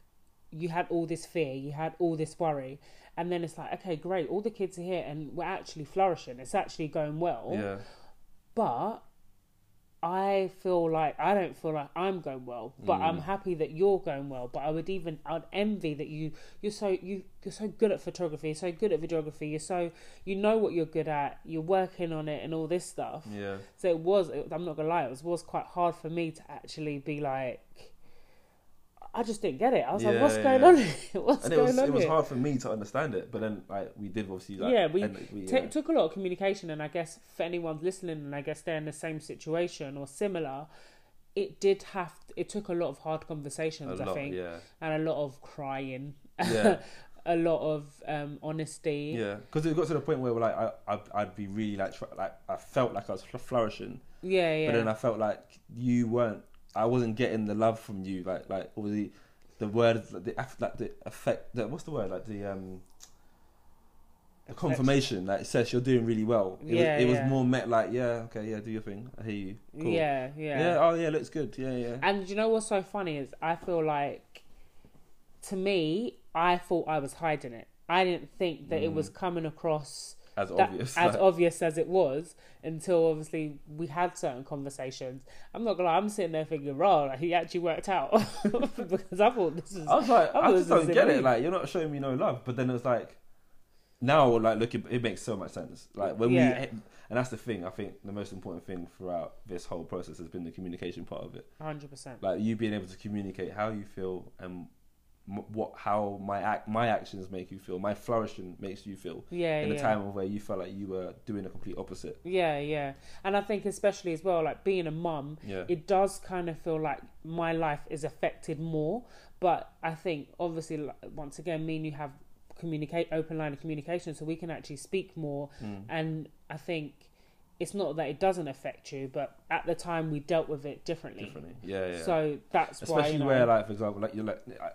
Speaker 1: you had all this fear, you had all this worry, and then it's like, okay, great, all the kids are here and we're actually flourishing. It's actually going well,
Speaker 2: Yeah.
Speaker 1: but I feel like I don't feel like I'm going well, but I'm happy that you're going well. But I would even I'd envy that you you're so you you're so good at photography, you're so good at videography, you're so you know what you're good at, you're working on it and all this stuff.
Speaker 2: Yeah.
Speaker 1: So it was. I'm not gonna lie. It was, was quite hard for me to actually be like. I just didn't get it. I was like,
Speaker 2: Yeah,
Speaker 1: "What's
Speaker 2: yeah,
Speaker 1: going
Speaker 2: yeah.
Speaker 1: on? here? What's
Speaker 2: And it
Speaker 1: going
Speaker 2: was
Speaker 1: on
Speaker 2: it was
Speaker 1: here?"
Speaker 2: hard for me to understand it, but then like we did obviously like
Speaker 1: Yeah, we
Speaker 2: and we,
Speaker 1: Ta-
Speaker 2: yeah.
Speaker 1: took a lot of communication, and I guess for anyone listening, and I guess they're in the same situation or similar, it did have. It took a lot of hard
Speaker 2: a
Speaker 1: conversations, I
Speaker 2: lot,
Speaker 1: think,
Speaker 2: yeah,
Speaker 1: and a lot of crying,
Speaker 2: yeah,
Speaker 1: a lot of um, honesty.
Speaker 2: yeah. Because it got to the point where like I, I I'd be really like tr- like I felt like I was fl- flourishing,
Speaker 1: yeah, yeah.
Speaker 2: but then I felt like you weren't. I wasn't getting the love from you, like like all the the words, like the aff- like the effect. The, what's the word? Like the um. The confirmation that it says you're doing really well. It
Speaker 1: Yeah,
Speaker 2: was, it was
Speaker 1: yeah.
Speaker 2: more met like, yeah, okay, yeah, do your thing. I hear you. Cool.
Speaker 1: yeah,
Speaker 2: yeah.
Speaker 1: yeah,
Speaker 2: Oh yeah, looks good. Yeah, yeah.
Speaker 1: And you know what's so funny is I feel like, to me, I thought I was hiding it. I didn't think that it was coming across
Speaker 2: As
Speaker 1: that,
Speaker 2: Mm. obvious.
Speaker 1: as
Speaker 2: like,
Speaker 1: obvious as it was until obviously we had certain conversations. I'm not gonna. lie, I'm sitting there thinking, "Raw, like, he actually worked out," because I thought this was
Speaker 2: I was like,
Speaker 1: I
Speaker 2: I,
Speaker 1: was
Speaker 2: just don't
Speaker 1: just
Speaker 2: get it.
Speaker 1: in-
Speaker 2: Like, you're not showing me no love. But then it was like, now, like looking, it makes so much sense. Like when
Speaker 1: Yeah.
Speaker 2: we, and that's the thing. I think the most important thing throughout this whole process has been the communication part of it.
Speaker 1: hundred percent.
Speaker 2: Like you being able to communicate how you feel and m- what how my act, my actions make you feel, my flourishing makes you feel.
Speaker 1: Yeah,
Speaker 2: in a
Speaker 1: yeah.
Speaker 2: time of where you felt like you were doing the complete opposite.
Speaker 1: Yeah, yeah. And I think especially as well, like being a mum,
Speaker 2: Yeah.
Speaker 1: it does kind of feel like my life is affected more. But I think obviously, like, once again, me and you have communicate open line of communication, so we can actually speak more.
Speaker 2: Mm.
Speaker 1: And I think it's not that it doesn't affect you, but at the time we dealt with it differently.
Speaker 2: Differently. Yeah, yeah.
Speaker 1: So that's why,
Speaker 2: especially
Speaker 1: you know,
Speaker 2: where like for example like you're like I,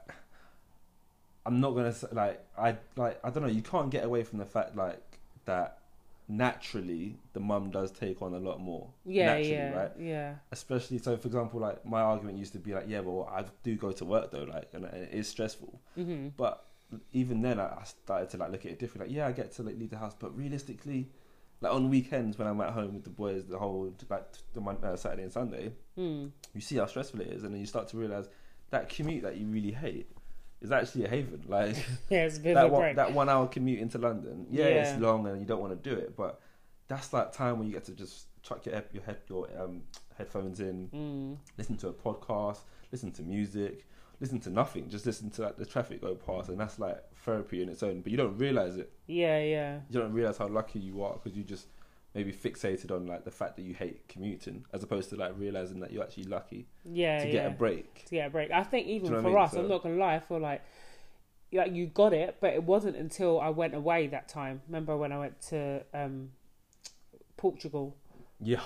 Speaker 2: i'm not gonna say like i like i don't know you can't get away from the fact like that naturally the mum does take on a lot more
Speaker 1: yeah,
Speaker 2: naturally
Speaker 1: yeah,
Speaker 2: right
Speaker 1: yeah,
Speaker 2: especially so for example like my argument used to be like yeah well i do go to work though like and it is stressful
Speaker 1: mm-hmm.
Speaker 2: but even then i I started to like look at it differently like yeah i get to like leave the house but realistically like on weekends when i'm at home with the boys the whole like the mon- uh, saturday and sunday
Speaker 1: mm.
Speaker 2: you see how stressful it is, and then you start to realize that commute that you really hate is actually a haven. Like
Speaker 1: yeah, it's a bit
Speaker 2: that
Speaker 1: of a
Speaker 2: one,
Speaker 1: break.
Speaker 2: that one hour commute into London, yeah,
Speaker 1: Yeah.
Speaker 2: it's long and you don't want to do it, but that's that time when you get to just chuck your ep- your head your um, headphones in,
Speaker 1: Mm.
Speaker 2: listen to a podcast, listen to music, listen to nothing, just listen to like the traffic go past, and that's like therapy in its own. But you don't realize it.
Speaker 1: Yeah, yeah,
Speaker 2: You don't realize how lucky you are because you just maybe fixated on like the fact that you hate commuting as opposed to like realizing that you're actually lucky
Speaker 1: yeah,
Speaker 2: to
Speaker 1: yeah.
Speaker 2: get a break
Speaker 1: to get a break. I think even
Speaker 2: Do
Speaker 1: for
Speaker 2: you know what I
Speaker 1: us,
Speaker 2: mean?
Speaker 1: I'm
Speaker 2: So-
Speaker 1: not gonna lie, I feel like like you got it, but it wasn't until I went away that time. Remember when I went to um Portugal
Speaker 2: Yeah.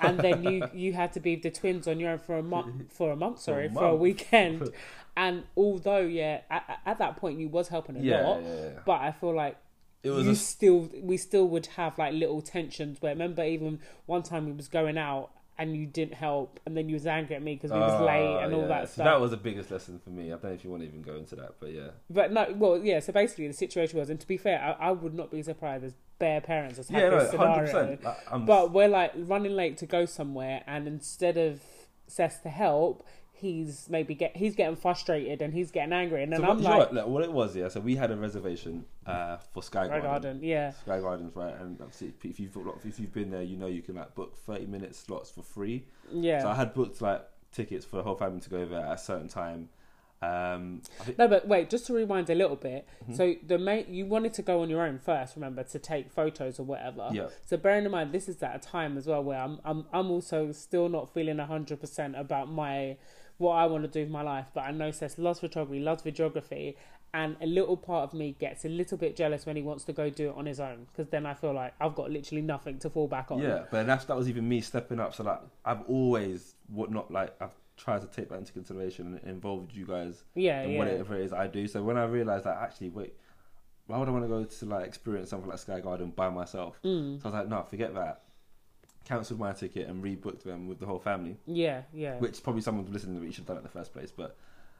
Speaker 1: and then you you had to be with the twins on your own for a month for a month
Speaker 2: For
Speaker 1: sorry
Speaker 2: a
Speaker 1: for a
Speaker 2: month.
Speaker 1: weekend and although yeah at, at that point you was helping a lot
Speaker 2: yeah.
Speaker 1: but I feel like
Speaker 2: It was
Speaker 1: you
Speaker 2: a s-
Speaker 1: still we still would have like little tensions where remember even one time we was going out and you didn't help and then you was angry at me because we was
Speaker 2: Ah,
Speaker 1: late and all
Speaker 2: yeah.
Speaker 1: that
Speaker 2: So
Speaker 1: stuff
Speaker 2: that was the biggest lesson for me. I don't know if you want to even go into that, but yeah.
Speaker 1: But no, well, yeah. So basically, the situation was, and to be fair, I, I would not be surprised as bare parents has had
Speaker 2: Yeah,
Speaker 1: this
Speaker 2: no, hundred
Speaker 1: scenario.
Speaker 2: percent. I'm
Speaker 1: But we're like running late to go somewhere, and instead of Seth to help, he's maybe get he's getting frustrated and he's getting angry, and then
Speaker 2: so
Speaker 1: I'm
Speaker 2: what, you know
Speaker 1: like,
Speaker 2: what, like, what it was, yeah. So we had a reservation uh, for Sky
Speaker 1: Red
Speaker 2: Garden.
Speaker 1: Garden, yeah,
Speaker 2: Sky Gardens, right? And obviously, if- if you've got- if you've been there, you know you can like book thirty minute slots for free.
Speaker 1: yeah.
Speaker 2: So I had booked like tickets for the whole family to go there at a certain time. Um, I think,
Speaker 1: no, but wait, just to rewind a little bit.
Speaker 2: Mm-hmm.
Speaker 1: So the main, you wanted to go on your own first, remember, to take photos or whatever.
Speaker 2: Yeah.
Speaker 1: So bearing in mind, this is at a time as well where I'm, I'm, I'm also still not feeling hundred percent about my, what I want to do with my life. But I know Seth loves photography, loves videography, and a little part of me gets a little bit jealous when he wants to go do it on his own because then I feel like I've got literally nothing to fall back on.
Speaker 2: yeah, but that's that was even me stepping up. So like, I've always would not like I've tried to take that into consideration and involved you guys
Speaker 1: yeah,
Speaker 2: and
Speaker 1: yeah.
Speaker 2: whatever it is I do. So when I realised that actually, wait, why would I want to go to like experience something like Sky Garden by myself?
Speaker 1: Mm.
Speaker 2: So I was like, no, forget that. Cancelled my ticket and rebooked them with the whole family,
Speaker 1: Yeah, yeah,
Speaker 2: which probably someone was listening to it should have done it in the first place. But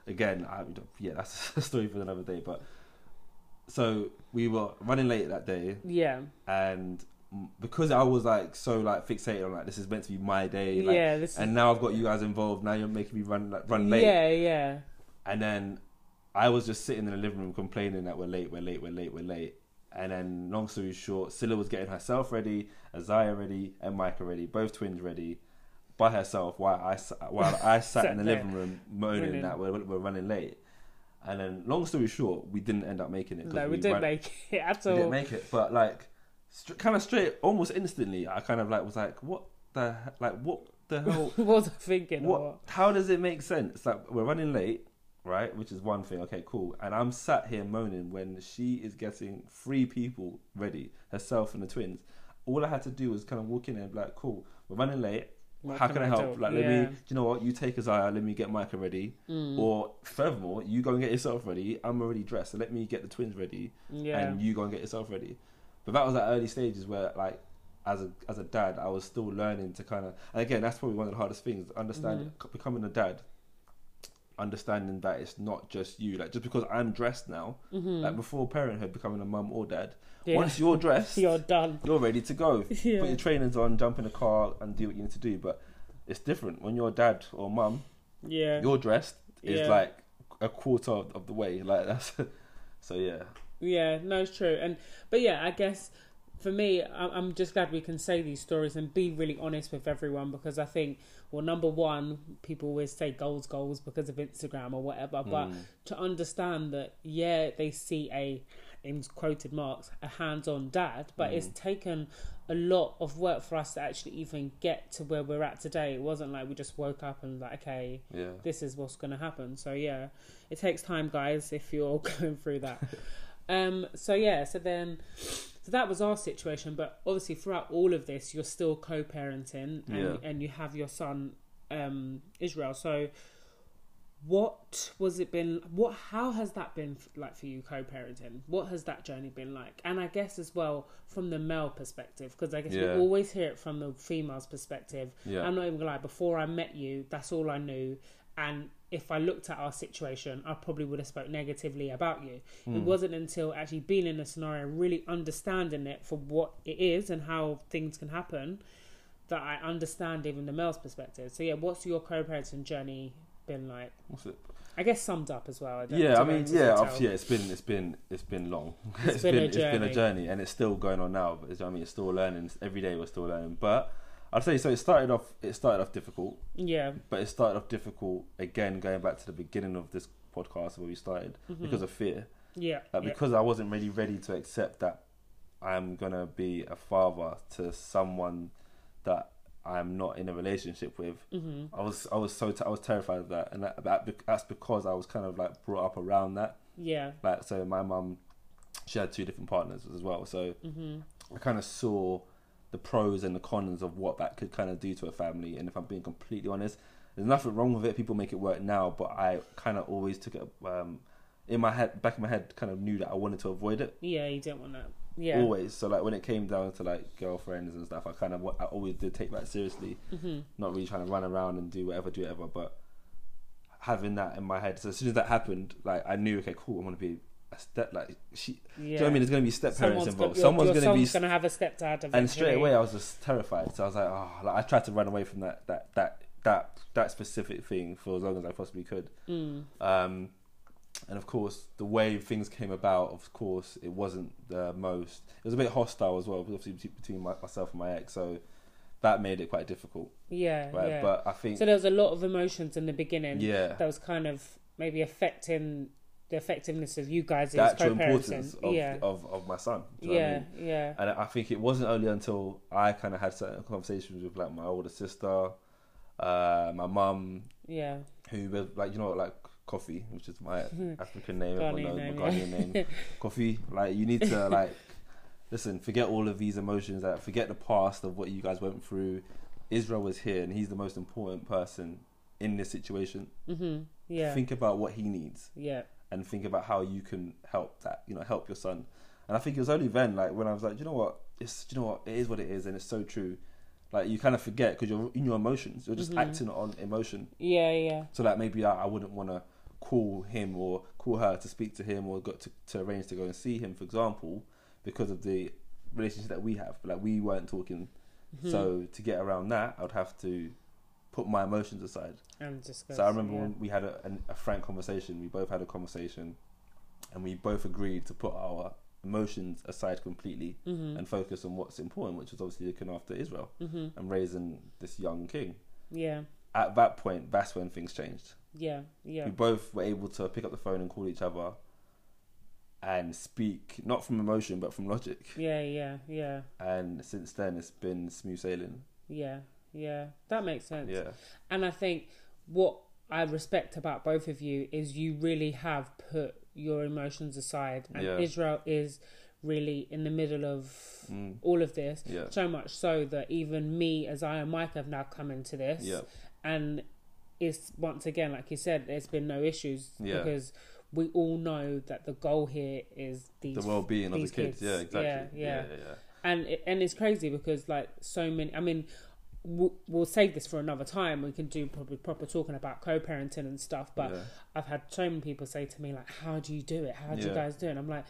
Speaker 2: again, I, yeah, that's a story for another day. But so we were running late that day,
Speaker 1: yeah,
Speaker 2: and m- because I was like so like fixated on like this is meant to be my day, like,
Speaker 1: yeah. This is,
Speaker 2: and now I've got you guys involved. Now you're making me run like, run late.
Speaker 1: Yeah, yeah.
Speaker 2: And then I was just sitting in the living room complaining that we're late, we're late, we're late, we're late. And then, long story short, Scylla was getting herself ready, Isaiah ready, and Micah ready, both twins ready, by herself while I, s- while I sat in
Speaker 1: Sat
Speaker 2: the
Speaker 1: there.
Speaker 2: living room moaning
Speaker 1: Moaning.
Speaker 2: that we're, we're running late. And then, long story short, we didn't end up making it. 'cause
Speaker 1: No, we didn't
Speaker 2: ran-
Speaker 1: make it at all.
Speaker 2: we didn't make it, but like, str kind of straight, almost instantly, I kind of like was like, what the, he- like, what the hell?
Speaker 1: What was I thinking?
Speaker 2: what,
Speaker 1: What?
Speaker 2: How does it make sense? Like we're running late, right? Which is one thing. Okay, cool. And I'm sat here moaning when she is getting three people ready, herself and the twins. All I had to do was kind of walk in and be like, "Cool, we're running late.
Speaker 1: What
Speaker 2: how
Speaker 1: can
Speaker 2: can,
Speaker 1: I
Speaker 2: I help?
Speaker 1: do?"
Speaker 2: Like, let
Speaker 1: Yeah. Mm.
Speaker 2: me. Do you know what? You take Isaiah. Let me get Micah ready. Or furthermore, you go and get yourself ready. I'm already dressed, so let me get the twins ready,
Speaker 1: Yeah.
Speaker 2: and you go and get yourself ready. But that was at early stages where like as a as a dad, I was still learning to kind of. And again, that's probably one of the hardest things. Understand
Speaker 1: Mm-hmm.
Speaker 2: becoming a dad, understanding that it's not just you. Like just because I'm dressed now, like before parenthood, becoming a mum or dad,
Speaker 1: Mm-hmm. Yeah.
Speaker 2: once you're dressed,
Speaker 1: You're done.
Speaker 2: you're ready to go.
Speaker 1: Yeah.
Speaker 2: Put your trainers on, jump in the car, and do what you need to do. But it's different when you're a dad or mum.
Speaker 1: Yeah.
Speaker 2: You're dressed is
Speaker 1: Yeah.
Speaker 2: like a quarter of, of the way. Like that's. So yeah,
Speaker 1: Yeah, no, it's true. And but yeah, I guess for me, I- I'm just glad we can say these stories and be really honest with everyone because I think, well, number one, people always say goals, goals because of Instagram or whatever, but to understand that, yeah, they see a in quoted marks a hands-on dad, but it's taken a lot of work for us to actually even get to where we're at today. It wasn't like we just woke up and like, okay,
Speaker 2: Yeah.
Speaker 1: this is what's going to happen. So yeah, it takes time, guys, if you're going through that. um. So yeah. So then, so that was our situation. But obviously, throughout all of this, you're still co-parenting, and
Speaker 2: Yeah.
Speaker 1: and you have your son, um, Israel. So what was it been what how has that been f- like for you co-parenting what has that journey been like and i guess as well from the male perspective because i guess
Speaker 2: Yeah.
Speaker 1: we always hear it from the female's perspective
Speaker 2: Yeah.
Speaker 1: i'm not even gonna lie before i met you that's all i knew and if i looked at our situation i probably would have spoke negatively about you
Speaker 2: Hmm.
Speaker 1: it wasn't until actually being in the scenario really understanding it for what it is and how things can happen that i understand even the male's perspective so yeah what's your co-parenting journey been like
Speaker 2: What's it?
Speaker 1: I guess summed up as well. I don't
Speaker 2: yeah,
Speaker 1: have
Speaker 2: I
Speaker 1: to go
Speaker 2: mean,
Speaker 1: into
Speaker 2: yeah,
Speaker 1: detail.
Speaker 2: obviously, yeah. It's been, it's been, it's been long. it's
Speaker 1: been a
Speaker 2: it's been a
Speaker 1: journey.
Speaker 2: journey, and it's still going on now. But it's, I mean, it's still learning. It's- Every day we're still learning. But I'd say so. It started off. It started off difficult,
Speaker 1: yeah,
Speaker 2: but it started off difficult again. Going back to the beginning of this podcast where we started
Speaker 1: Mm-hmm.
Speaker 2: because of fear.
Speaker 1: yeah,
Speaker 2: Like,
Speaker 1: yeah.
Speaker 2: because I wasn't really ready to accept that I'm gonna be a father to someone that I'm not in a relationship with. Mm-hmm. I was I was so t- I was terrified of that, and that, that bec- that's because I was kind of like brought up around that.
Speaker 1: yeah,
Speaker 2: Like so, my mum, she had two different partners as well, so I kind of saw the pros and the cons of what that could kind of do to a family. And if I'm being completely honest, there's nothing wrong with it. People make it work now, but I kind of always took it um, in my head, back of my head, kind of knew that I wanted to avoid it
Speaker 1: yeah. You don't want that. Yeah,
Speaker 2: always. So like when it came down to like girlfriends and stuff, I kind of I always did take that seriously. Mm-hmm. Not really trying to run around and do whatever, do whatever, but having that in my head. So as soon as that happened, like I knew, okay, cool, I'm gonna be a step. Like she, do you know what
Speaker 1: Yeah.
Speaker 2: I mean? There's gonna be step parents
Speaker 1: someone's
Speaker 2: involved.
Speaker 1: got, your,
Speaker 2: Someone's
Speaker 1: your
Speaker 2: gonna be.
Speaker 1: son's gonna have a stepdad. Eventually.
Speaker 2: and straight away, I was just terrified. So I was like, oh, like I tried to run away from that that that that that specific thing for as long as I possibly could.
Speaker 1: Mm.
Speaker 2: Um, and of course, the way things came about, of course, it wasn't the most. It was a bit hostile as well, obviously bet- between my, myself and my ex. So that made it quite difficult.
Speaker 1: yeah,
Speaker 2: Right?
Speaker 1: yeah.
Speaker 2: But I think,
Speaker 1: so there was a lot of emotions in the beginning.
Speaker 2: yeah,
Speaker 1: that was kind of maybe affecting the effectiveness of you guys
Speaker 2: the
Speaker 1: as
Speaker 2: actual
Speaker 1: co-parenting.
Speaker 2: importance of,
Speaker 1: yeah,
Speaker 2: of of my son. Do you know what I
Speaker 1: yeah,
Speaker 2: mean?
Speaker 1: yeah,
Speaker 2: And I think it wasn't only until I kind of had certain conversations with like my older sister, uh, my mum,
Speaker 1: yeah,
Speaker 2: who was like you know like coffee, which is my African name, everyone
Speaker 1: Ghanaian
Speaker 2: knows my
Speaker 1: name,
Speaker 2: Ghanaian name. coffee, like you need to like listen, forget all of these emotions, like forget the past of what you guys went through. Israel was here, and he's the most important person in this situation.
Speaker 1: mm-hmm. yeah,
Speaker 2: Think about what he needs,
Speaker 1: yeah,
Speaker 2: and think about how you can help that. You know, help your son. And I think it was only then, like when I was like, "Do you know what, it's do you know what, it is what it is, and it's so true. Like you kind of forget because you're in your emotions, you're just acting on emotion.
Speaker 1: yeah, yeah,
Speaker 2: So like maybe I, I wouldn't want to call him or call her to speak to him or got to, to arrange to go and see him, for example, because of the relationship that we have. But like we weren't talking,
Speaker 1: Mm-hmm.
Speaker 2: so to get around that, I'd have to put my emotions aside.
Speaker 1: and just
Speaker 2: so I remember when we had a, an, a frank conversation. We both had a conversation, and we both agreed to put our emotions aside completely
Speaker 1: mm-hmm.
Speaker 2: and focus on what's important, which was obviously looking after Israel
Speaker 1: Mm-hmm.
Speaker 2: and raising this young king.
Speaker 1: yeah,
Speaker 2: At that point, that's when things changed
Speaker 1: yeah, yeah,
Speaker 2: we both were able to pick up the phone and call each other and speak not from emotion but from logic
Speaker 1: yeah, yeah, yeah.
Speaker 2: and since then it's been smooth sailing
Speaker 1: Yeah, yeah, that makes sense.
Speaker 2: yeah
Speaker 1: And I think what I respect about both of you is you really have put your emotions aside, and
Speaker 2: Yeah.
Speaker 1: Israel is really in the middle of
Speaker 2: mm.
Speaker 1: all of this.
Speaker 2: yeah
Speaker 1: So much so that even me, as I and Mike, have now come into this,
Speaker 2: yeah
Speaker 1: and it's once again, like you said, there's been no issues
Speaker 2: Yeah.
Speaker 1: because we all know that the goal here is these
Speaker 2: the well-being of the
Speaker 1: these
Speaker 2: kids, yeah exactly yeah yeah,
Speaker 1: yeah and it, and it's crazy because like so many i mean we'll, we'll save this for another time we can do probably proper talking about co-parenting and stuff but
Speaker 2: Yeah.
Speaker 1: i've had so many people say to me like how do you do it how do
Speaker 2: Yeah.
Speaker 1: you guys do it and i'm like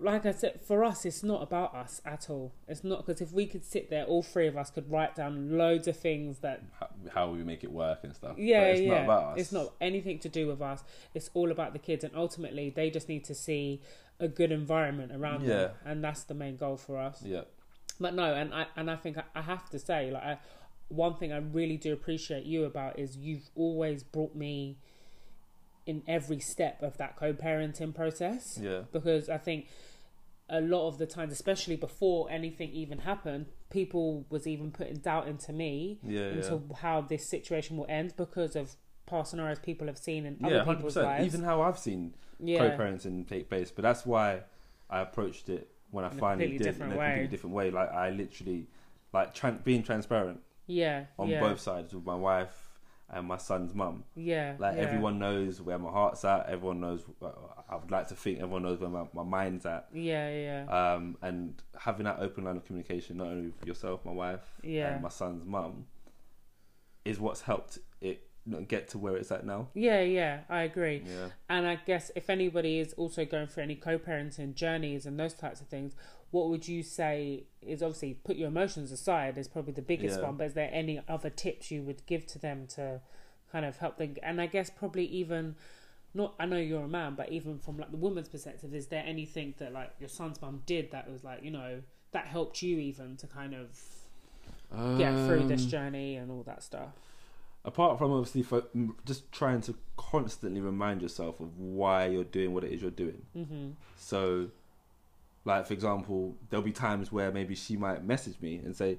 Speaker 1: like I said, for us, it's not about us at all. It's not because if we could sit there, all three of us could write down loads of things that
Speaker 2: How, how we make it work and stuff.
Speaker 1: yeah,
Speaker 2: But it's
Speaker 1: yeah.
Speaker 2: not about us.
Speaker 1: It's not anything to do with us. It's all about the kids, and ultimately, they just need to see a good environment around them, and that's the main goal for us.
Speaker 2: Yeah.
Speaker 1: But no, and I and I think I, I have to say, like, I, one thing I really do appreciate you about is you've always brought me in every step of that co-parenting process
Speaker 2: Yeah.
Speaker 1: because I think a lot of the times, especially before anything even happened, people was even putting doubt into me
Speaker 2: Yeah. yeah.
Speaker 1: into how this situation will end because of past scenarios people have seen in
Speaker 2: yeah,
Speaker 1: other
Speaker 2: hundred
Speaker 1: people's lives.
Speaker 2: percent. Even how I've seen
Speaker 1: yeah,
Speaker 2: co-parenting take place, but that's why I approached it when I
Speaker 1: In a
Speaker 2: finally
Speaker 1: completely
Speaker 2: did in a
Speaker 1: different
Speaker 2: completely
Speaker 1: way.
Speaker 2: different way. Like I literally, like tran- being transparent
Speaker 1: yeah,
Speaker 2: on
Speaker 1: yeah,
Speaker 2: both sides with my wife and my son's mum.
Speaker 1: yeah,
Speaker 2: Like
Speaker 1: yeah.
Speaker 2: everyone knows where my heart's at. Everyone knows. uh, I would like to think everyone knows where my, my mind's at.
Speaker 1: yeah, yeah,
Speaker 2: Um, and having that open line of communication, not only with yourself, my wife,
Speaker 1: Yeah.
Speaker 2: and my son's mum, is what's helped it get to where it's at now.
Speaker 1: yeah, yeah. I agree.
Speaker 2: Yeah.
Speaker 1: And I guess if anybody is also going through any co parenting journeys and those types of things, what would you say is obviously put your emotions aside is probably the biggest
Speaker 2: Yeah.
Speaker 1: one, but is there any other tips you would give to them to kind of help them? And I guess probably even not, I know you're a man, but even from like the woman's perspective, is there anything that like your son's mum did that was like, you know, that helped you even to kind of get through this
Speaker 2: Um,
Speaker 1: journey and all that stuff?
Speaker 2: apart from obviously fo- m- just trying to constantly remind yourself of why you're doing what it is you're doing
Speaker 1: Mm-hmm.
Speaker 2: so like for example there'll be times where maybe she might message me and say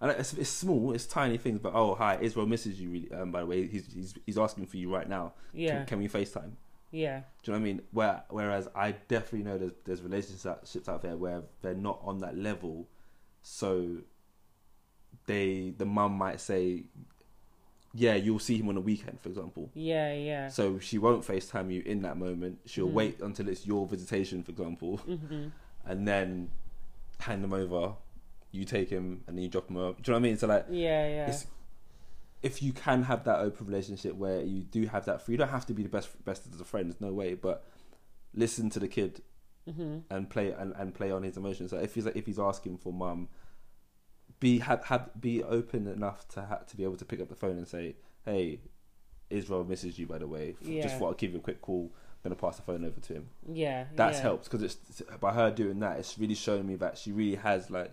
Speaker 2: and it's, it's small it's tiny things but oh hi israel misses you really um, by the way he's, he's he's asking for you right now
Speaker 1: Yeah.
Speaker 2: can, can we facetime
Speaker 1: Yeah.
Speaker 2: do you know what I mean? Where, whereas I definitely know there's there's relationships out there where they're not on that level, so they the mum might say, "Yeah, you'll see him on the weekend," for example.
Speaker 1: Yeah. Yeah.
Speaker 2: So she won't FaceTime you in that moment. She'll
Speaker 1: Mhm.
Speaker 2: wait until it's your visitation, for example,
Speaker 1: hmm
Speaker 2: and then hand him over. You take him and then you drop him up. Do you know what I mean? So like,
Speaker 1: Yeah. Yeah.
Speaker 2: It's- if you can have that open relationship where you do have that free, you don't have to be the best best of the friends, no way. But listen to the kid
Speaker 1: mm-hmm.
Speaker 2: and play and, and play on his emotions. So if he's if he's asking for mum, be have, have be open enough to ha- to be able to pick up the phone and say, "Hey, Israel misses you by the way. F-
Speaker 1: Yeah.
Speaker 2: Just thought I'd give you a quick call. I'm gonna pass the phone over to him."
Speaker 1: Yeah,
Speaker 2: That's
Speaker 1: yeah.
Speaker 2: helped because it's by her doing that. It's really shown me that she really has like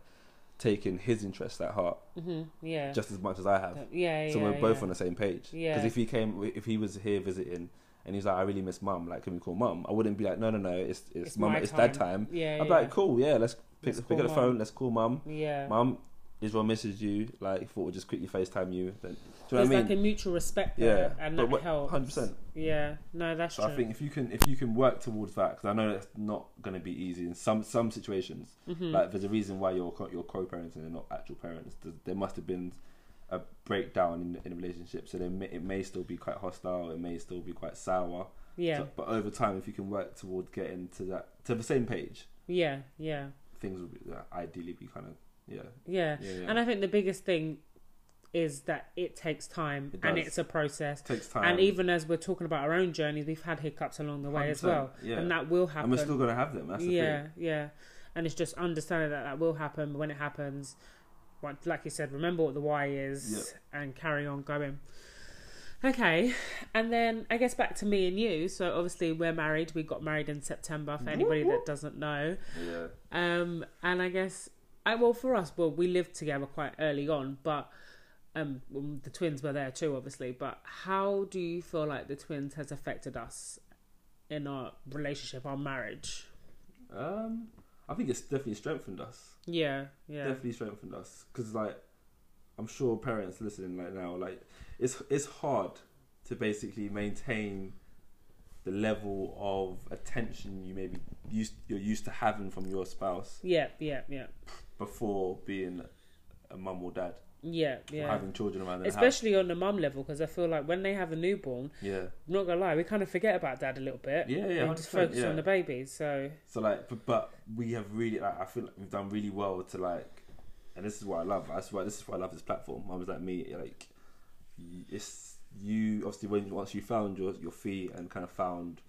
Speaker 2: taken his interests at heart
Speaker 1: hmm Yeah,
Speaker 2: just as much as I have.
Speaker 1: That- yeah,
Speaker 2: so
Speaker 1: yeah,
Speaker 2: we're both
Speaker 1: yeah.
Speaker 2: on the same page.
Speaker 1: Yeah.
Speaker 2: Because if he came, if he was here visiting. And he's like, I really miss mum. Like, can we call mum? I wouldn't be like, no, no, no. It's it's, mum.
Speaker 1: my
Speaker 2: It's dad time.
Speaker 1: Yeah,
Speaker 2: I'm
Speaker 1: yeah.
Speaker 2: like, cool, yeah, let's pick,
Speaker 1: Let's
Speaker 2: pick
Speaker 1: call
Speaker 2: up the phone, let's call mum.
Speaker 1: yeah.
Speaker 2: Mum, Israel misses you, like, thought we'd just quickly FaceTime you. Then, do you know
Speaker 1: There's
Speaker 2: what I mean?
Speaker 1: like a mutual respect
Speaker 2: yeah,
Speaker 1: there, and
Speaker 2: but
Speaker 1: that
Speaker 2: what-
Speaker 1: helps.
Speaker 2: 100%.
Speaker 1: Yeah, no, that's
Speaker 2: So
Speaker 1: true.
Speaker 2: I think if you can if you can work towards that, because I know that's not going to be easy in some some situations.
Speaker 1: Mhm.
Speaker 2: Like there's a reason why you're co- you're co-parenting and not actual parents. There, there must have been a breakdown in in the relationship, so there may, it may still be quite hostile. It may still be quite sour.
Speaker 1: yeah,
Speaker 2: So- but over time, if you can work toward getting to that to the same page,
Speaker 1: yeah, yeah,
Speaker 2: things will be, ideally be kind of yeah
Speaker 1: yeah,
Speaker 2: yeah, yeah.
Speaker 1: And I think the biggest thing is that it takes time
Speaker 2: It
Speaker 1: and
Speaker 2: does.
Speaker 1: it's a process.
Speaker 2: takes time.
Speaker 1: And even as we're talking about our own journeys, we've had hiccups along the way as
Speaker 2: 100%,
Speaker 1: well,
Speaker 2: yeah.
Speaker 1: and that will
Speaker 2: and
Speaker 1: happen.
Speaker 2: we're still gonna have them. That's the
Speaker 1: yeah,
Speaker 2: thing.
Speaker 1: yeah. And it's just understanding that that will happen. But when it happens, like like you said, remember what the why is and carry on going. Okay, and then I guess back to me and you. So obviously we're married. We got married in September. For anybody that doesn't know,
Speaker 2: Yeah,
Speaker 1: um, and I guess I well for us, well we lived together quite early on, but um, well, the twins were there too, obviously. But how do you feel like the twins has affected us in our relationship, our marriage?
Speaker 2: Um, I think it's definitely strengthened us.
Speaker 1: Yeah, yeah,
Speaker 2: Definitely strengthened us because like I'm sure parents listening right now like it's it's hard to basically maintain the level of attention you maybe used you're used to having from your spouse
Speaker 1: yeah, yeah, yeah,
Speaker 2: before being a mum or dad
Speaker 1: yeah,
Speaker 2: or
Speaker 1: yeah.
Speaker 2: having children around the house.
Speaker 1: Especially on the mum level, because I feel like when they have a newborn,
Speaker 2: Yeah,
Speaker 1: I'm not gonna lie, we kind of forget about dad a little bit.
Speaker 2: yeah, yeah.
Speaker 1: and just
Speaker 2: 100%,
Speaker 1: focus
Speaker 2: yeah.
Speaker 1: on the babies. So
Speaker 2: So like, but, but we have really, like, I feel like we've done really well to like, and this is what I love. That's why this is why I love this platform. I was like me, like, y- it's you. Obviously, when once you found your your feet and kind of found